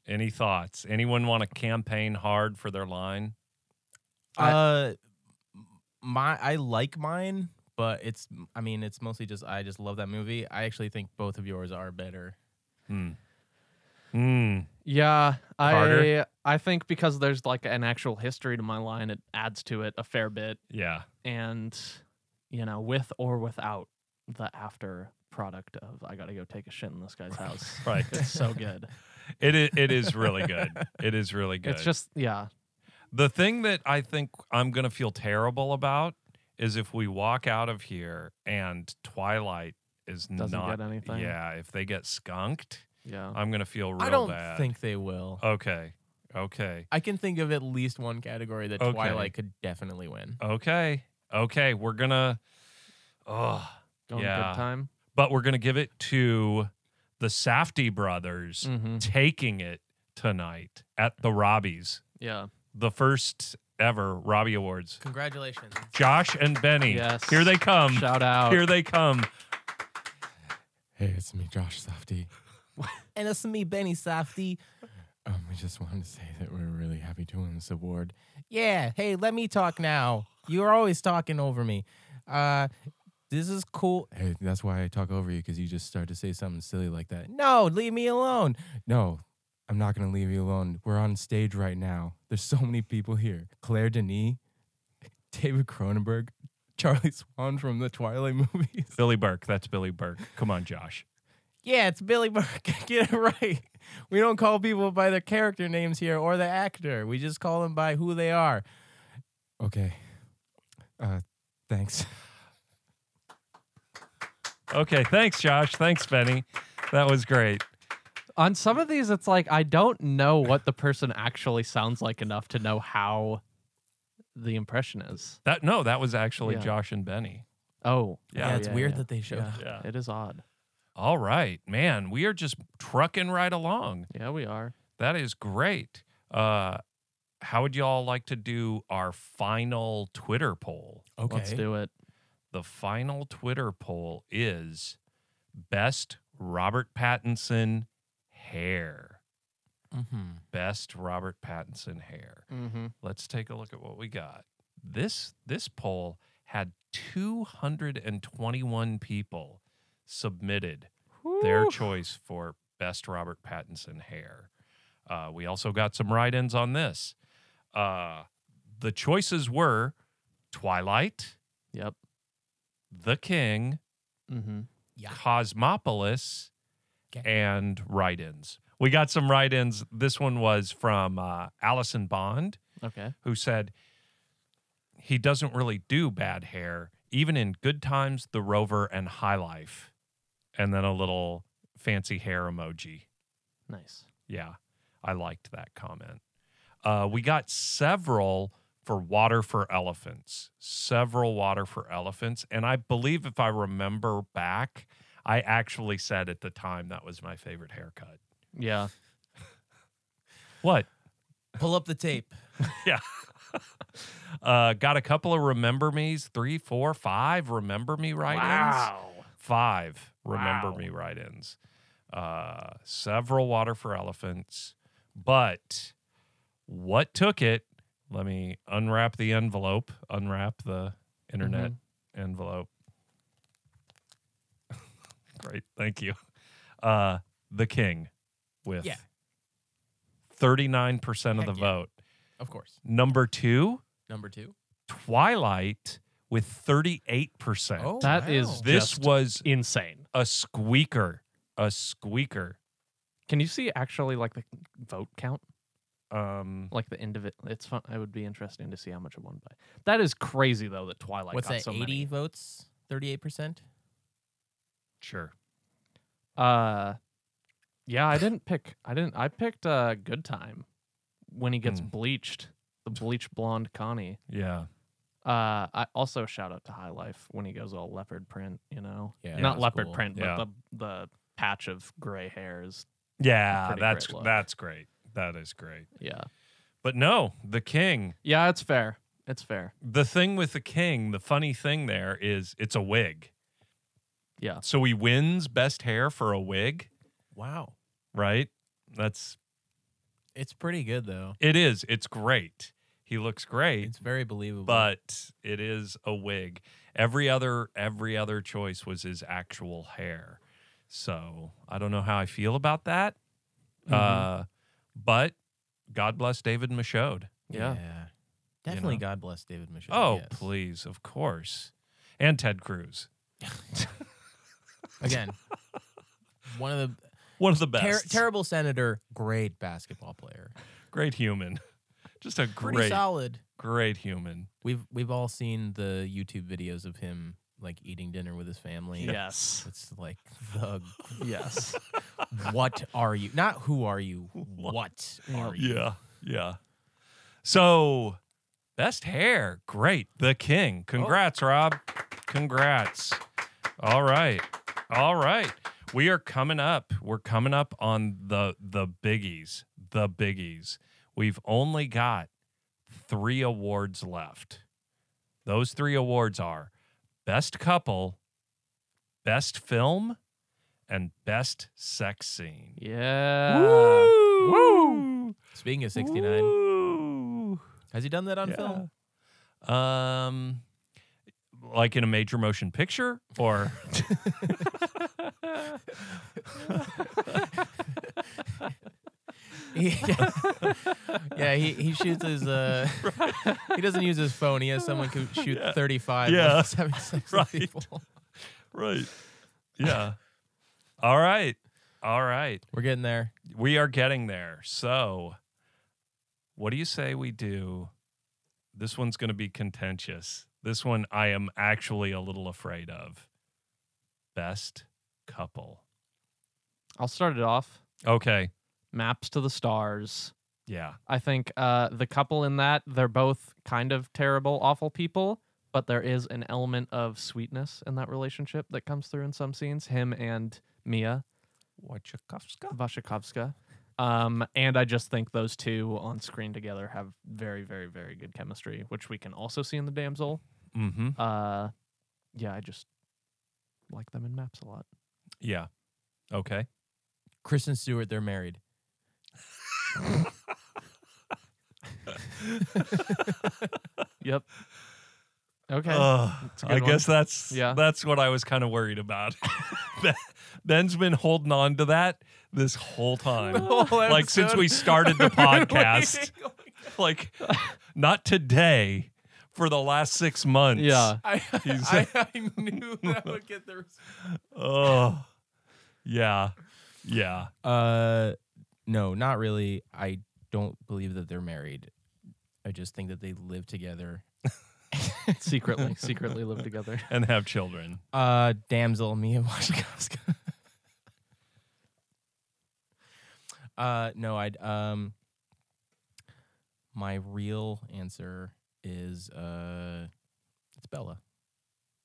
Speaker 1: Any thoughts? Anyone want to campaign hard for their line?
Speaker 3: uh, my I like mine, but it's. I mean, it's mostly just I just love that movie. I actually think both of yours are better.
Speaker 1: Hmm. Hmm.
Speaker 2: Yeah,
Speaker 1: Carter?
Speaker 2: I I think because there's like an actual history to my line, it adds to it a fair bit,
Speaker 1: Yeah.
Speaker 2: and you know, with or without the after product of I gotta go take a shit in this guy's house.
Speaker 1: Right.
Speaker 2: It's so good.
Speaker 1: It is, it is really good. It is really good.
Speaker 2: It's just yeah.
Speaker 1: The thing that I think I'm going to feel terrible about is if we walk out of here and Twilight is
Speaker 2: Doesn't
Speaker 1: not
Speaker 2: get anything.
Speaker 1: Yeah, Uh, if they get skunked,
Speaker 2: Yeah.
Speaker 1: I'm going to feel real
Speaker 3: I don't
Speaker 1: bad. Oh.
Speaker 3: think they will.
Speaker 1: Okay. Okay.
Speaker 3: I can think of at least one category that
Speaker 1: Okay.
Speaker 3: Twilight could definitely win.
Speaker 1: Okay. Okay, we're going to Oh,
Speaker 2: Going
Speaker 1: yeah.
Speaker 2: good time.
Speaker 1: but we're going to give it to the Safdie brothers
Speaker 2: Mm-hmm.
Speaker 1: taking it tonight at the Robbies,
Speaker 2: Yeah.
Speaker 1: the first ever Robbie Awards.
Speaker 3: Congratulations.
Speaker 1: Josh and Benny.
Speaker 2: Yes.
Speaker 1: Here they come.
Speaker 2: Shout out.
Speaker 1: Um, Here they come.
Speaker 4: Hey, it's me, Josh Softy.
Speaker 3: And it's me, Benny Softy.
Speaker 4: Um, we just wanted to say that we're really happy to win this award.
Speaker 3: Yeah, hey, let me talk now. You're always talking over me. Uh, this is cool.
Speaker 4: Hey, that's why I talk over you because you just start to say something silly like that.
Speaker 3: No, leave me alone.
Speaker 4: No, I'm not going to leave you alone. We're on stage right now. There's so many people here. Claire Denis, David Cronenberg, Charlie Swan from the Twilight movies.
Speaker 1: Billy Burke. That's Billy Burke. Come on, Josh.
Speaker 3: Yeah, it's Billy Burke. Get it right. We don't call people by their character names here or the actor. We just call them by who they are.
Speaker 4: Okay. Uh, thanks.
Speaker 1: Okay. Thanks, Josh. Thanks, Benny. That was great.
Speaker 2: On some of these, it's like I don't know what the person actually sounds like enough to know how the impression is.
Speaker 1: That no, that was actually
Speaker 2: Yeah.
Speaker 1: Josh and Benny.
Speaker 2: Oh,
Speaker 1: Yeah.
Speaker 2: oh,
Speaker 3: it's weird
Speaker 2: yeah.
Speaker 3: that they showed up.
Speaker 1: Yeah.
Speaker 2: It is odd.
Speaker 1: All right, man. We are just trucking right along.
Speaker 2: Yeah, we are.
Speaker 1: That is great. Uh, how would y'all like to do our final Twitter poll?
Speaker 3: Okay.
Speaker 2: Let's do it.
Speaker 1: The final Twitter poll is best Robert Pattinson hair.
Speaker 3: Mm-hmm.
Speaker 1: Best Robert Pattinson hair.
Speaker 2: Mm-hmm.
Speaker 1: let's take a look at what we got. This this poll had 221 people submitted their choice for best Robert Pattinson hair. Uh, we also got some write-ins on this. Uh, the choices were Twilight,
Speaker 2: Yep.
Speaker 1: The King,
Speaker 2: Mm-hmm.
Speaker 3: Yeah.
Speaker 1: Cosmopolis,
Speaker 3: Okay.
Speaker 1: and write-ins. We got some write-ins. This one was from uh, Allison Bond
Speaker 2: Okay.
Speaker 1: who said he doesn't really do bad hair, even in Good Times, The Rover, and High Life. And then a little fancy hair emoji.
Speaker 2: Nice.
Speaker 1: Yeah, I liked that comment. Uh, we got several for Water for Elephants, several Water for Elephants. And I believe if I remember back, I actually said at the time that was my favorite haircut.
Speaker 2: Yeah.
Speaker 1: What?
Speaker 3: Pull up the tape.
Speaker 1: Uh, got a couple of remember me's, three, four, five remember me write ins. Five remember
Speaker 2: Wow.
Speaker 1: me write ins. Uh, several water for elephants. But what took it? Let me unwrap the envelope, unwrap the internet envelope. Great. Thank you. Uh, the king with
Speaker 3: Yeah.
Speaker 1: 39% of
Speaker 3: Heck
Speaker 1: the
Speaker 3: yeah.
Speaker 1: vote.
Speaker 3: Of course.
Speaker 1: Number two,
Speaker 3: Number two.
Speaker 1: Twilight with 38%.
Speaker 3: Oh,
Speaker 2: That is
Speaker 1: this
Speaker 2: just
Speaker 1: was
Speaker 2: insane.
Speaker 1: a squeaker. A squeaker.
Speaker 2: Can you see actually like the vote count?
Speaker 1: Um,
Speaker 2: Like the end of it. It's fun. It would be interesting to see how much it won by. That is crazy though that Twilight
Speaker 3: what's
Speaker 2: got
Speaker 3: that?
Speaker 2: so
Speaker 3: 80
Speaker 2: many.
Speaker 3: votes, 38%.
Speaker 1: sure.
Speaker 2: Uh yeah, I didn't pick I didn't I picked uh Good Time when he gets
Speaker 1: Hmm.
Speaker 2: bleached. The bleached blonde Connie.
Speaker 1: Yeah.
Speaker 2: Uh I also shout out to High Life when he goes all leopard print, you know.
Speaker 3: Yeah,
Speaker 2: Not
Speaker 3: that's
Speaker 2: leopard
Speaker 3: cool.
Speaker 2: print,
Speaker 1: Yeah.
Speaker 2: but the the patch of gray hair is
Speaker 1: Yeah,
Speaker 2: Pretty great
Speaker 1: that's
Speaker 2: look.
Speaker 1: that's great. That is great.
Speaker 2: yeah.
Speaker 1: But no, the king.
Speaker 2: Yeah, it's fair. It's fair.
Speaker 1: The thing with the king, the funny thing there is it's a wig.
Speaker 2: Yeah.
Speaker 1: So he wins best hair for a wig,
Speaker 3: Wow.
Speaker 1: right? That's
Speaker 3: It's pretty good, though.
Speaker 1: it is. It's great. He looks great.
Speaker 3: It's very believable.
Speaker 1: but it is a wig. Every other every other choice was his actual hair. So I don't know how I feel about that.
Speaker 3: Mm-hmm.
Speaker 1: Uh, but God bless David Michaud.
Speaker 2: Yeah.
Speaker 3: Definitely
Speaker 1: know?
Speaker 3: God bless David Michelle.
Speaker 1: Oh,
Speaker 3: yes.
Speaker 1: please, of course. And Ted Cruz.
Speaker 3: Again, one of the
Speaker 1: One of the
Speaker 3: ter-
Speaker 1: best.
Speaker 3: terrible senator, great basketball player.
Speaker 1: great human. Just a
Speaker 3: Pretty
Speaker 1: great,
Speaker 3: solid.
Speaker 1: great human.
Speaker 3: We've we've all seen the YouTube videos of him like eating dinner with his family.
Speaker 2: Yes.
Speaker 3: It's like the
Speaker 2: yes.
Speaker 3: what are you? Not who are you?
Speaker 1: What?
Speaker 3: What are you?
Speaker 1: Yeah. Yeah. So, best hair. Great. The king. Congrats, Rob. Congrats. All right. All right. We are coming up. We're coming up on the the biggies. The biggies. We've only got 3 awards left. Those 3 awards are best couple, best film, and best sex scene. Uh,
Speaker 2: Yeah.
Speaker 1: Woo!
Speaker 3: Speaking of 69, has he done that on film?
Speaker 1: film? Um, like in a major motion picture, or
Speaker 3: yeah, he, he shoots his uh he doesn't use his phone. He has someone who shoot 35
Speaker 1: Yeah.
Speaker 3: yeah. having sex with
Speaker 1: Right.
Speaker 3: people.
Speaker 1: right? Yeah. All right. All right.
Speaker 3: We're getting there.
Speaker 1: We are getting there. So, what do you say we do? This one's going to be contentious. This one I am actually a little afraid of. Best couple.
Speaker 2: I'll start it off.
Speaker 1: Okay.
Speaker 2: Maps to the stars.
Speaker 1: Yeah.
Speaker 2: I think uh, the couple in that, they're both kind of terrible, awful people, but there is an element of sweetness in that relationship that comes through in some scenes. Him and Mia
Speaker 1: Wojciechowska.
Speaker 2: Vashikovska. Um, and I just think those two on screen together have very, very, very good chemistry, which we can also see in The Damsel.
Speaker 1: Mm-hmm.
Speaker 2: Uh, yeah, I just like them in maps a lot.
Speaker 1: Yeah. Okay.
Speaker 3: Kristen Stewart, they're married.
Speaker 2: Yep. Okay.
Speaker 1: Ugh,
Speaker 2: a
Speaker 1: I
Speaker 2: good one.
Speaker 1: guess that's
Speaker 2: Yeah.
Speaker 1: that's what I was kind of worried about. Ben- Ben's been holding on to that this whole time. like since we started the podcast. like not today for the last 6 months.
Speaker 2: yeah.
Speaker 3: I,
Speaker 1: He's-
Speaker 3: I, I knew that would get the response.
Speaker 1: Oh. Yeah. Yeah.
Speaker 3: Uh, no, not really. I don't believe that they're married. I just think that they live together.
Speaker 2: secretly, secretly live together.
Speaker 1: And have children.
Speaker 3: Uh, damsel, Mia Wasikowska. uh, no, I'd um. My real answer is uh, it's Bella,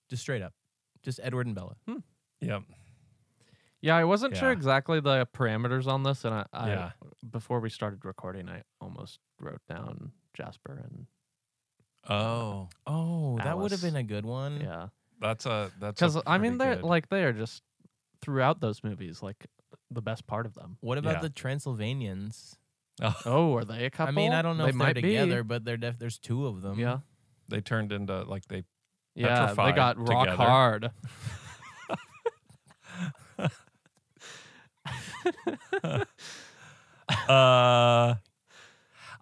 Speaker 3: just straight up, just Edward and Bella.
Speaker 1: Yep.
Speaker 2: Yeah, I wasn't sure
Speaker 1: Yeah.
Speaker 2: exactly the parameters on this, and I, I
Speaker 1: Yeah.
Speaker 2: before we started recording, I almost wrote down Jasper and
Speaker 1: Oh.
Speaker 3: Oh, that would
Speaker 2: Alice.
Speaker 3: have been a good one.
Speaker 2: yeah,
Speaker 1: That's a that's a
Speaker 2: because I mean
Speaker 1: Mm. pretty
Speaker 2: they're
Speaker 1: good-
Speaker 2: like they are just throughout those movies like the best part of them.
Speaker 3: What about
Speaker 1: Yeah.
Speaker 3: the Transylvanians?
Speaker 2: Oh, are they a couple?
Speaker 3: I mean, I don't know
Speaker 2: They
Speaker 3: if
Speaker 2: might
Speaker 3: they're
Speaker 2: be.
Speaker 3: together, but they're def- there's two of them.
Speaker 1: um,
Speaker 2: Yeah,
Speaker 1: they turned into like they
Speaker 2: yeah, they
Speaker 1: Petrified
Speaker 2: got rock
Speaker 1: together.
Speaker 2: hard.
Speaker 1: uh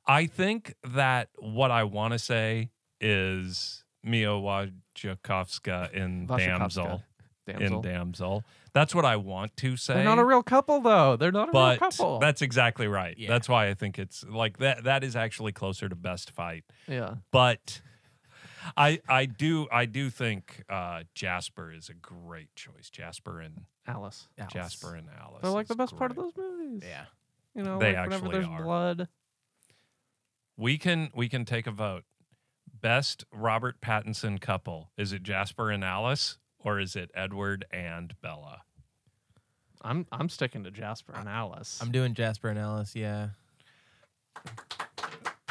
Speaker 1: I think that what I want to say is Mia Wajakowska in Damsel.
Speaker 2: Wasikowska. Damsel.
Speaker 1: In Damsel. That's what I want to say.
Speaker 2: They're not a real couple though. They're not a
Speaker 1: but
Speaker 2: real couple.
Speaker 1: that's exactly right.
Speaker 4: Yeah.
Speaker 1: That's why I think it's like that. That is actually closer to best fight.
Speaker 2: yeah.
Speaker 1: But I I do I do think uh, Jasper is a great choice. Jasper and
Speaker 2: Alice.
Speaker 3: Alice.
Speaker 1: Jasper and Alice.
Speaker 2: They're like the
Speaker 1: is
Speaker 2: best part of
Speaker 1: great.
Speaker 2: those movies.
Speaker 4: Yeah.
Speaker 2: You know,
Speaker 1: They
Speaker 2: like, whenever
Speaker 1: actually
Speaker 2: there's
Speaker 1: are.
Speaker 2: blood.
Speaker 1: We can we can take a vote. Best Robert Pattinson couple. Is it Jasper and Alice or is it Edward and Bella?
Speaker 2: I'm I'm sticking to Jasper and Alice.
Speaker 3: I'm doing Jasper and Alice. Yeah.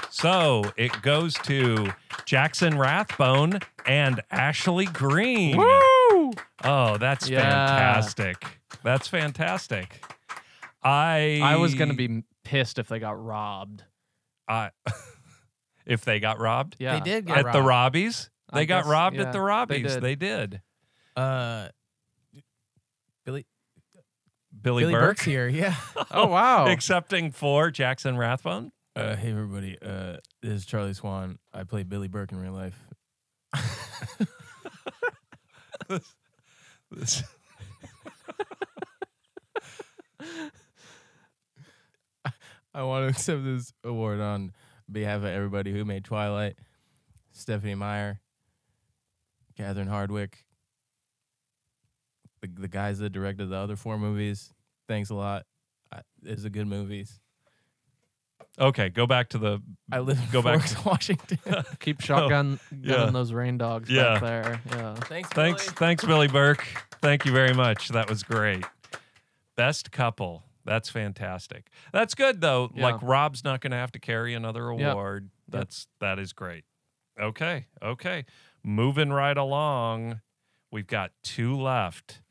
Speaker 1: So it goes to Jackson Rathbone and Ashley Green.
Speaker 2: Woo!
Speaker 1: Oh, that's
Speaker 2: Yeah.
Speaker 1: fantastic. That's fantastic. I
Speaker 2: I was gonna be m- pissed if they got robbed.
Speaker 1: I if they got robbed
Speaker 2: Yeah.
Speaker 3: They did get
Speaker 1: at the
Speaker 3: robbed.
Speaker 1: Robbies.
Speaker 2: I
Speaker 1: They got
Speaker 2: guess-
Speaker 1: robbed
Speaker 2: yeah,
Speaker 1: at the
Speaker 2: they
Speaker 1: Robbies.
Speaker 2: did.
Speaker 1: They did.
Speaker 3: Uh, Billy,
Speaker 1: Billy,
Speaker 3: Billy
Speaker 1: Burke
Speaker 3: Burke's here. Yeah.
Speaker 2: Oh wow.
Speaker 1: accepting for Jackson Rathbone.
Speaker 3: Uh, hey everybody, uh, this is Charlie Swan. I play Billy Burke in real life.
Speaker 1: This-
Speaker 3: I want to accept this award on behalf of everybody who made Twilight, Stephanie Meyer, Catherine Hardwick, the, the guys that directed the other four movies. Thanks a lot. I, it's a good movies.
Speaker 1: Okay, go back to the
Speaker 3: I live in
Speaker 1: Go back
Speaker 3: Forks, Washington.
Speaker 2: Keep shotgun gunning
Speaker 1: yeah.
Speaker 2: those rain dogs
Speaker 1: Yeah.
Speaker 2: back there. Yeah.
Speaker 3: thanks,
Speaker 1: thanks,
Speaker 3: Billy.
Speaker 1: thanks, Billy Burke. Thank you very much. That was great. Best couple. That's fantastic. That's good though.
Speaker 2: Yeah.
Speaker 1: Like Rob's not going to have to carry another
Speaker 2: Yep.
Speaker 1: award. That's that is great. Okay, okay. Moving right along, we've got two left.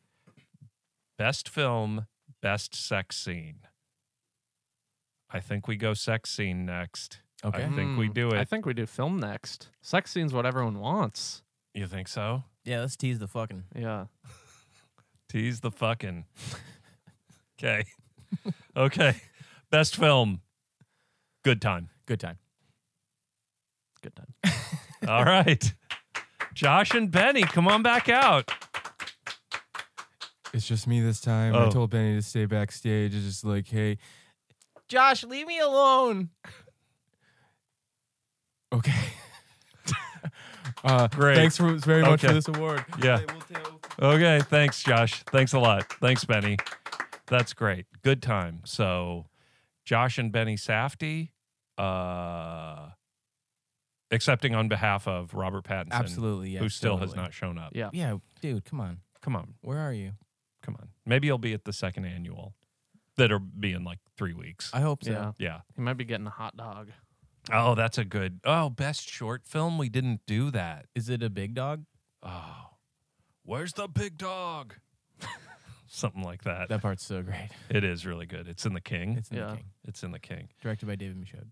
Speaker 1: Best film, best sex scene. I think we go sex scene next.
Speaker 3: Okay.
Speaker 1: I think we
Speaker 2: Hmm.
Speaker 1: do it.
Speaker 2: I think we do film next. Sex scene's what everyone wants.
Speaker 1: You think so?
Speaker 3: Yeah, let's tease the fucking.
Speaker 2: Yeah.
Speaker 1: Tease the fucking. Okay. Okay. Best film. Good time.
Speaker 3: Good time.
Speaker 2: Good time.
Speaker 1: All right. Josh and Benny, come on back out.
Speaker 4: It's just me this time.
Speaker 1: Oh.
Speaker 4: I told Benny to stay backstage. It's just like, hey,
Speaker 3: Josh, leave me alone.
Speaker 4: okay. uh,
Speaker 1: Great.
Speaker 4: Thanks for, very
Speaker 3: Oh.
Speaker 4: much for
Speaker 1: Okay.
Speaker 4: this award.
Speaker 1: Yeah. Okay. Thanks, Josh. Thanks a lot. Thanks, Benny. That's great. Good time. So, Josh and Benny Safty, uh, accepting on behalf of Robert Pattinson,
Speaker 3: Absolutely. Yeah.
Speaker 1: who still has
Speaker 3: totally.
Speaker 1: not shown up.
Speaker 2: Yeah.
Speaker 3: Yeah, dude, come on.
Speaker 1: Come on.
Speaker 3: Where are you?
Speaker 1: Come on. Maybe you'll be at the second annual that'll be in like three weeks.
Speaker 3: I hope so.
Speaker 2: Yeah.
Speaker 1: yeah.
Speaker 2: He might be getting a hot dog.
Speaker 1: Oh, that's a good. Oh, best short film. We didn't do that.
Speaker 3: Is it a big dog?
Speaker 1: Oh, where's the big dog? Something like that.
Speaker 3: That part's so great.
Speaker 1: It is really good. It's in The King.
Speaker 3: It's in
Speaker 2: Yeah.
Speaker 3: the king.
Speaker 1: It's in The King.
Speaker 3: Directed by David Michaud.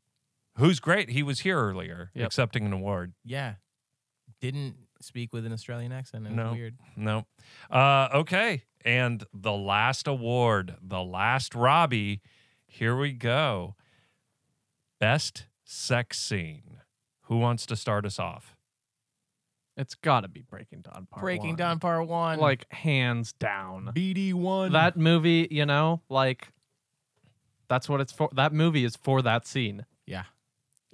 Speaker 1: Who's great. He was here earlier
Speaker 2: Yep.
Speaker 1: accepting an award.
Speaker 3: Yeah. Didn't speak with an Australian accent. It was
Speaker 1: No.
Speaker 3: weird.
Speaker 1: No. Uh, okay. And the last award, the last Robbie. Here we go. Best sex scene. Who wants to start us off?
Speaker 2: It's gotta be Breaking Dawn Part
Speaker 3: Breaking
Speaker 2: One.
Speaker 3: down part one.
Speaker 2: Like hands down.
Speaker 4: BD1.
Speaker 2: That movie, you know, like that's what it's for. That movie is for that scene.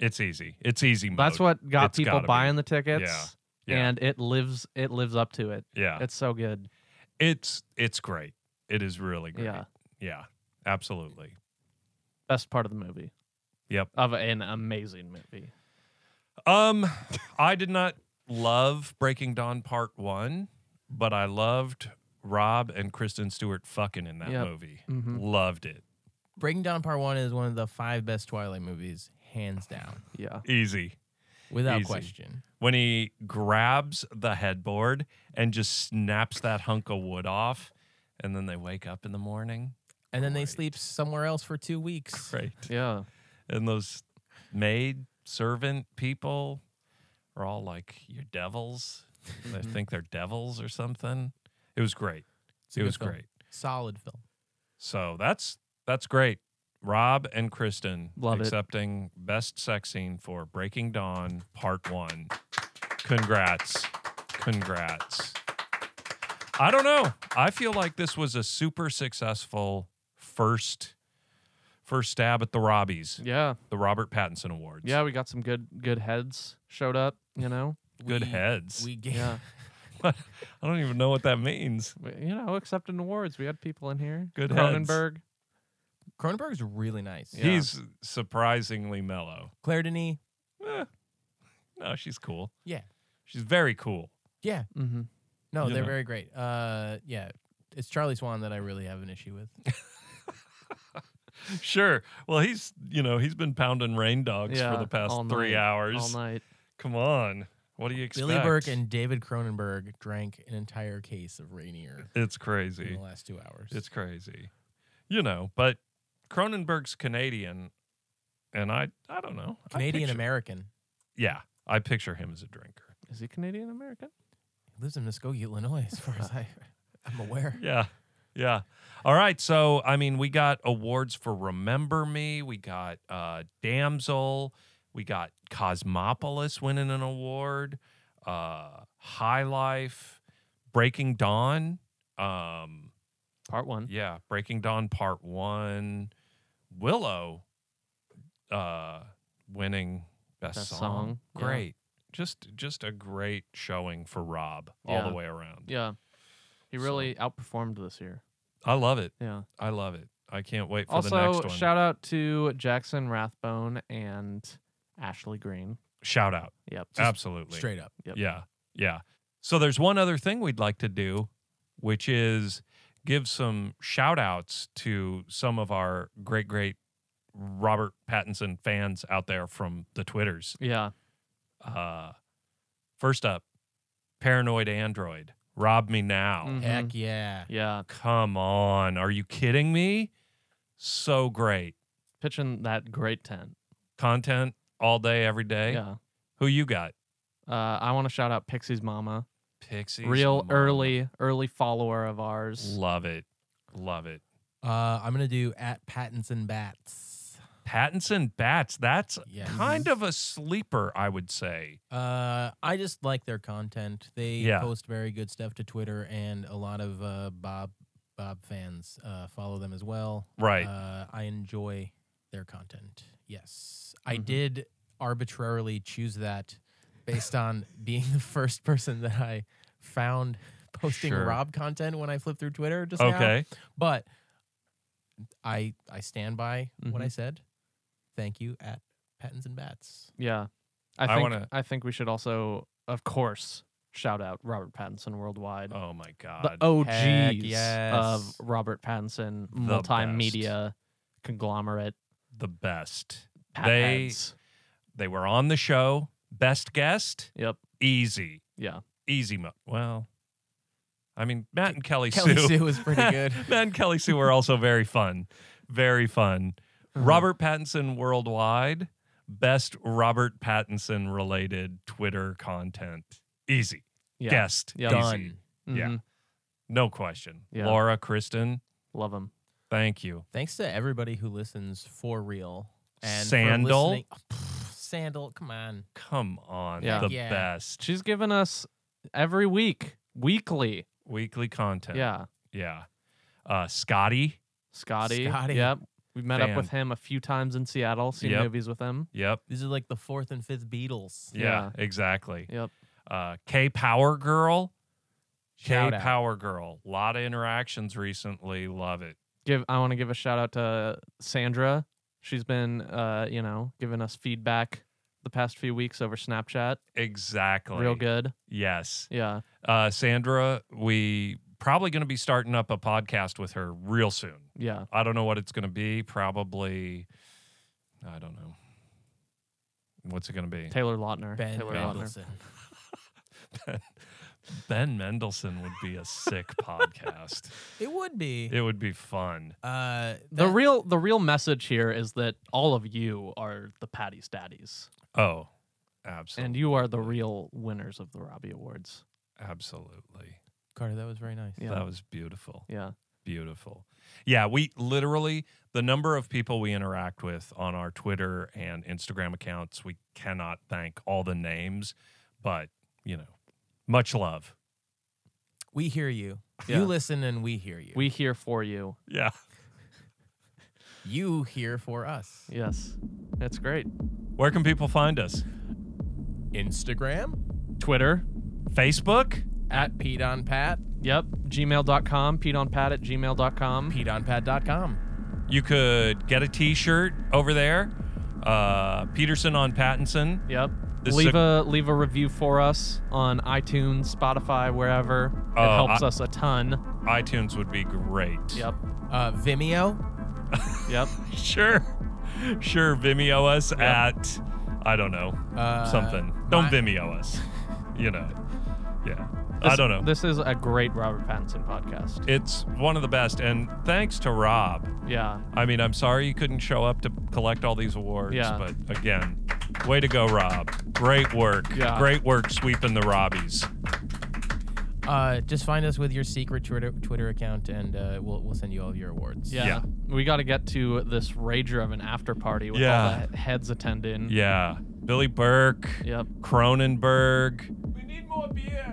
Speaker 1: It's easy. It's easy. Mode.
Speaker 2: That's what got
Speaker 1: It's
Speaker 2: people
Speaker 1: gotta be.
Speaker 2: buying the tickets.
Speaker 1: Yeah.
Speaker 2: And it lives it lives up to it.
Speaker 1: Yeah.
Speaker 2: It's so good.
Speaker 1: It's it's great. It is really great.
Speaker 2: Yeah.
Speaker 1: Yeah, absolutely.
Speaker 2: Best part of the movie.
Speaker 1: Yep.
Speaker 2: Of an amazing movie.
Speaker 1: Um, I did not love Breaking Dawn Part One, but I loved Rob and Kristen Stewart fucking in that
Speaker 2: Yep.
Speaker 1: movie.
Speaker 2: Mhm.
Speaker 1: Loved it.
Speaker 3: Breaking down part one is one of the five best Twilight movies, hands down,
Speaker 2: Yeah.
Speaker 1: Easy.
Speaker 3: without
Speaker 1: Easy.
Speaker 3: question.
Speaker 1: When he grabs the headboard and just snaps that hunk of wood off, and then they wake up in the morning.
Speaker 3: And then they
Speaker 1: Great.
Speaker 3: sleep somewhere else for two weeks.
Speaker 1: Great.
Speaker 2: Yeah.
Speaker 1: And those maid servant people are all like, "You're devils." They
Speaker 3: Mm-hmm.
Speaker 1: think they're devils or something. It was great.
Speaker 3: It's a
Speaker 1: It
Speaker 3: good
Speaker 1: was
Speaker 3: film.
Speaker 1: great.
Speaker 3: Solid film.
Speaker 1: So that's that's great. Rob and Kristen
Speaker 2: Love it.
Speaker 1: accepting best sex scene for Breaking Dawn Part One. Congrats. Congrats. I don't know. I feel like this was a super successful first first stab at the Robbies,
Speaker 2: Yeah.
Speaker 1: the Robert Pattinson Awards.
Speaker 2: Yeah, we got some good good heads showed up, you know.
Speaker 1: Good
Speaker 3: We-
Speaker 1: heads.
Speaker 3: We gave,
Speaker 2: Yeah.
Speaker 1: I don't even know what that means.
Speaker 2: We- you know, accepting awards. We had people in here.
Speaker 1: Good heads.
Speaker 2: Cronenberg.
Speaker 3: Cronenberg's really nice.
Speaker 2: Yeah.
Speaker 1: He's surprisingly mellow.
Speaker 3: Claire Denis,
Speaker 1: Eh. No, she's cool.
Speaker 4: Yeah.
Speaker 1: She's very cool.
Speaker 3: yeah,
Speaker 2: Mm-hmm.
Speaker 3: no,
Speaker 1: You
Speaker 3: they're
Speaker 1: know.
Speaker 3: very great. Uh, yeah, it's Charlie Swan that I really have an issue with.
Speaker 1: Sure. Well, he's you know he's been pounding rain dogs
Speaker 2: Yeah,
Speaker 1: for the past
Speaker 2: all
Speaker 1: three
Speaker 2: night, All
Speaker 1: hours.
Speaker 2: night.
Speaker 1: Come on, what do you expect?
Speaker 3: Billy Burke and David Cronenberg drank an entire case of Rainier
Speaker 1: it's
Speaker 3: in
Speaker 1: crazy.
Speaker 3: the last two hours.
Speaker 1: It's crazy. You know, but Cronenberg's Canadian, and I I don't know I
Speaker 3: Canadian
Speaker 1: picture-
Speaker 3: American.
Speaker 1: Yeah, I picture him as a drinker.
Speaker 2: Is he Canadian American?
Speaker 3: He lives in Muskogee, Illinois, as far as I, I'm aware.
Speaker 1: Yeah. Yeah. All right. So, I mean, we got awards for Remember Me. We got uh, Damsel. We got Cosmopolis winning an award. Uh, High Life. Breaking Dawn. Um,
Speaker 2: Part one.
Speaker 1: yeah. Breaking Dawn Part One. Willow uh, winning Best,
Speaker 2: Best
Speaker 1: song.
Speaker 2: Song, yeah.
Speaker 1: Great. Just just a great showing for Rob all
Speaker 2: Yeah.
Speaker 1: the way around.
Speaker 2: Yeah. He
Speaker 1: So-
Speaker 2: really outperformed this year.
Speaker 1: I love it.
Speaker 2: Yeah.
Speaker 1: I love it. I can't wait for the
Speaker 2: also,
Speaker 1: next one.
Speaker 2: shout out to Jackson Rathbone and Ashley Green.
Speaker 1: Shout out.
Speaker 2: Yep.
Speaker 1: Absolutely.
Speaker 3: Straight up.
Speaker 2: Yep.
Speaker 1: Yeah. Yeah. So there's one other thing we'd like to do, which is give some shout outs to some of our great, great Robert Pattinson fans out there from the Twitters.
Speaker 2: Yeah.
Speaker 1: Uh, first up, Paranoid Android, Rob Me Now.
Speaker 2: Mm. Mhm.
Speaker 3: Heck yeah.
Speaker 2: Yeah.
Speaker 1: Come on. Are you kidding me? So great.
Speaker 2: Pitching that great tent.
Speaker 1: Content all day, every day.
Speaker 2: Yeah.
Speaker 1: Who you got?
Speaker 2: Uh, I want to shout out Pixie's mama.
Speaker 1: Pixies.
Speaker 2: Real
Speaker 1: Mama.
Speaker 2: early, early follower of ours.
Speaker 1: Love it. Love it.
Speaker 3: Uh, I'm gonna do at Pattinson Bats.
Speaker 1: Pattinson Bats, that's
Speaker 3: Yes.
Speaker 1: kind of a sleeper, I would say.
Speaker 3: Uh, I just like their content. They
Speaker 1: Yeah.
Speaker 3: post very good stuff to Twitter, and a lot of uh, Bob Bob fans uh, follow them as well.
Speaker 1: Right.
Speaker 3: Uh, I enjoy their content. Yes, I
Speaker 1: Mm-hmm.
Speaker 2: Mhm.
Speaker 3: did arbitrarily choose that based on being the first person that I found posting
Speaker 1: Sure.
Speaker 3: Rob content when I flipped through Twitter just now.
Speaker 1: okay.
Speaker 3: But I I stand by what
Speaker 1: Mm-hmm.
Speaker 3: I
Speaker 2: Mhm.
Speaker 3: said. Thank you at Patents and Bats.
Speaker 2: Yeah.
Speaker 1: I
Speaker 2: I think I,
Speaker 1: wanna-
Speaker 2: think we should also, of course, shout out Robert Pattinson worldwide.
Speaker 1: Oh my God.
Speaker 2: the OGs
Speaker 3: Heck
Speaker 2: of
Speaker 3: yes.
Speaker 2: Robert Pattinson
Speaker 1: The
Speaker 2: multimedia conglomerate.
Speaker 1: the best.
Speaker 2: Pat
Speaker 1: They-
Speaker 2: heads.
Speaker 1: They were on the show. Best guest,
Speaker 2: Yep.
Speaker 1: easy.
Speaker 2: Yeah.
Speaker 1: Easy. Mo- well, I mean, Matt and Kelly,
Speaker 3: Kelly Sue was pretty good.
Speaker 1: Matt and Kelly Sue were also very fun. Very fun.
Speaker 2: Uh-huh. Mm-hmm.
Speaker 1: Robert Pattinson worldwide, best Robert Pattinson related Twitter content. Easy.
Speaker 2: Yeah.
Speaker 1: Guest.
Speaker 2: Yeah.
Speaker 1: Easy.
Speaker 3: Done.
Speaker 1: yeah.
Speaker 2: Mhm.
Speaker 1: No question.
Speaker 2: Yeah.
Speaker 1: Laura, Kristen,
Speaker 2: Love him.
Speaker 1: thank you.
Speaker 3: Thanks to everybody who listens for real and for
Speaker 1: Sandal?
Speaker 3: listening- Oh, pff, Sandal, come on.
Speaker 1: Come on.
Speaker 2: Yeah.
Speaker 1: The
Speaker 3: Yeah.
Speaker 1: best
Speaker 2: She's given us every week, weekly.
Speaker 1: weekly content.
Speaker 2: Yeah.
Speaker 1: Yeah. Uh, Scotty.
Speaker 2: Scotty.
Speaker 3: Scotty.
Speaker 2: Yep. We've met up with
Speaker 1: Fan.
Speaker 2: him a few times in Seattle, seen
Speaker 1: Yep.
Speaker 2: movies with him.
Speaker 1: Yep.
Speaker 3: These are like the fourth and fifth Beatles.
Speaker 1: Yeah. Exactly.
Speaker 2: Yep.
Speaker 1: Uh, K Power Girl. K
Speaker 3: Shout out.
Speaker 1: Power Girl. A lot of interactions recently. Love it.
Speaker 2: Give I want to give a shout out to Sandra. She's been uh, you know, giving us feedback the past few weeks over Snapchat.
Speaker 1: Exactly.
Speaker 2: Real good.
Speaker 1: Yes.
Speaker 2: Yeah.
Speaker 1: Uh, Sandra, we probably going to be starting up a podcast with her real soon.
Speaker 2: Yeah.
Speaker 1: I don't know what it's going to be. Probably, I don't know. What's it going to be?
Speaker 2: Taylor Lautner.
Speaker 3: Ben
Speaker 2: Taylor Lautner.
Speaker 3: Mendelsohn.
Speaker 1: Ben Mendelsohn would be a sick podcast.
Speaker 3: It would be.
Speaker 1: It would be fun.
Speaker 3: uh,
Speaker 2: The
Speaker 3: that-
Speaker 2: real the real message here is that all of you are the Patty's daddies.
Speaker 1: Oh, absolutely.
Speaker 2: And you are the real winners of the Robbie Awards.
Speaker 1: absolutely.
Speaker 3: Carter, that was very nice.
Speaker 2: Yeah.
Speaker 1: That was beautiful.
Speaker 2: Yeah.
Speaker 1: beautiful. Yeah, we literally the number of people we interact with on our Twitter and Instagram accounts, we cannot thank all the names, but you know, much love.
Speaker 3: We hear you.
Speaker 2: Yeah.
Speaker 3: You listen and we hear you.
Speaker 2: We here for you.
Speaker 1: Yeah.
Speaker 3: you hear for us.
Speaker 2: Yes, that's great.
Speaker 1: Where can people find us?
Speaker 3: Instagram
Speaker 2: Twitter.
Speaker 1: Facebook?
Speaker 3: at Pete on Pat,
Speaker 2: Yep. Gmail.com. Pete on Pat at gmail.com.
Speaker 3: PeteOnPat.com.
Speaker 1: You could get a t-shirt over there. Uh, Peterson on Pattinson.
Speaker 2: Yep.
Speaker 1: This is
Speaker 2: leave a, leave a review for us on iTunes, Spotify, wherever. It
Speaker 1: Oh,
Speaker 2: helps
Speaker 1: I-
Speaker 2: us a ton.
Speaker 1: iTunes would be great.
Speaker 2: Yep.
Speaker 3: Uh, Vimeo.
Speaker 2: Yep.
Speaker 1: Sure. Sure, Vimeo us at I don't know.
Speaker 3: Uh,
Speaker 1: something. Don't
Speaker 3: my-
Speaker 1: Vimeo us. You know. Yeah. I
Speaker 2: This-
Speaker 1: don't know.
Speaker 2: This is a great Robert Pattinson podcast.
Speaker 1: it's one of the best. And thanks to Rob.
Speaker 2: Yeah.
Speaker 1: I mean, I'm sorry you couldn't show up to collect all these awards,
Speaker 2: Yeah.
Speaker 1: but again, way to go, Rob. Great work.
Speaker 2: Yeah. Mm-hmm.
Speaker 1: Great work sweeping the Robbies.
Speaker 3: Uh, just find us with your secret Twitter Twitter account, and uh, we'll we'll send you all of your awards.
Speaker 2: Yeah.
Speaker 1: Yeah.
Speaker 2: We got to get to this rager of an after party with
Speaker 1: Yeah.
Speaker 2: all the heads attending.
Speaker 1: Yeah. Billy Burke,
Speaker 2: Yep.
Speaker 1: Cronenberg. We need more beer.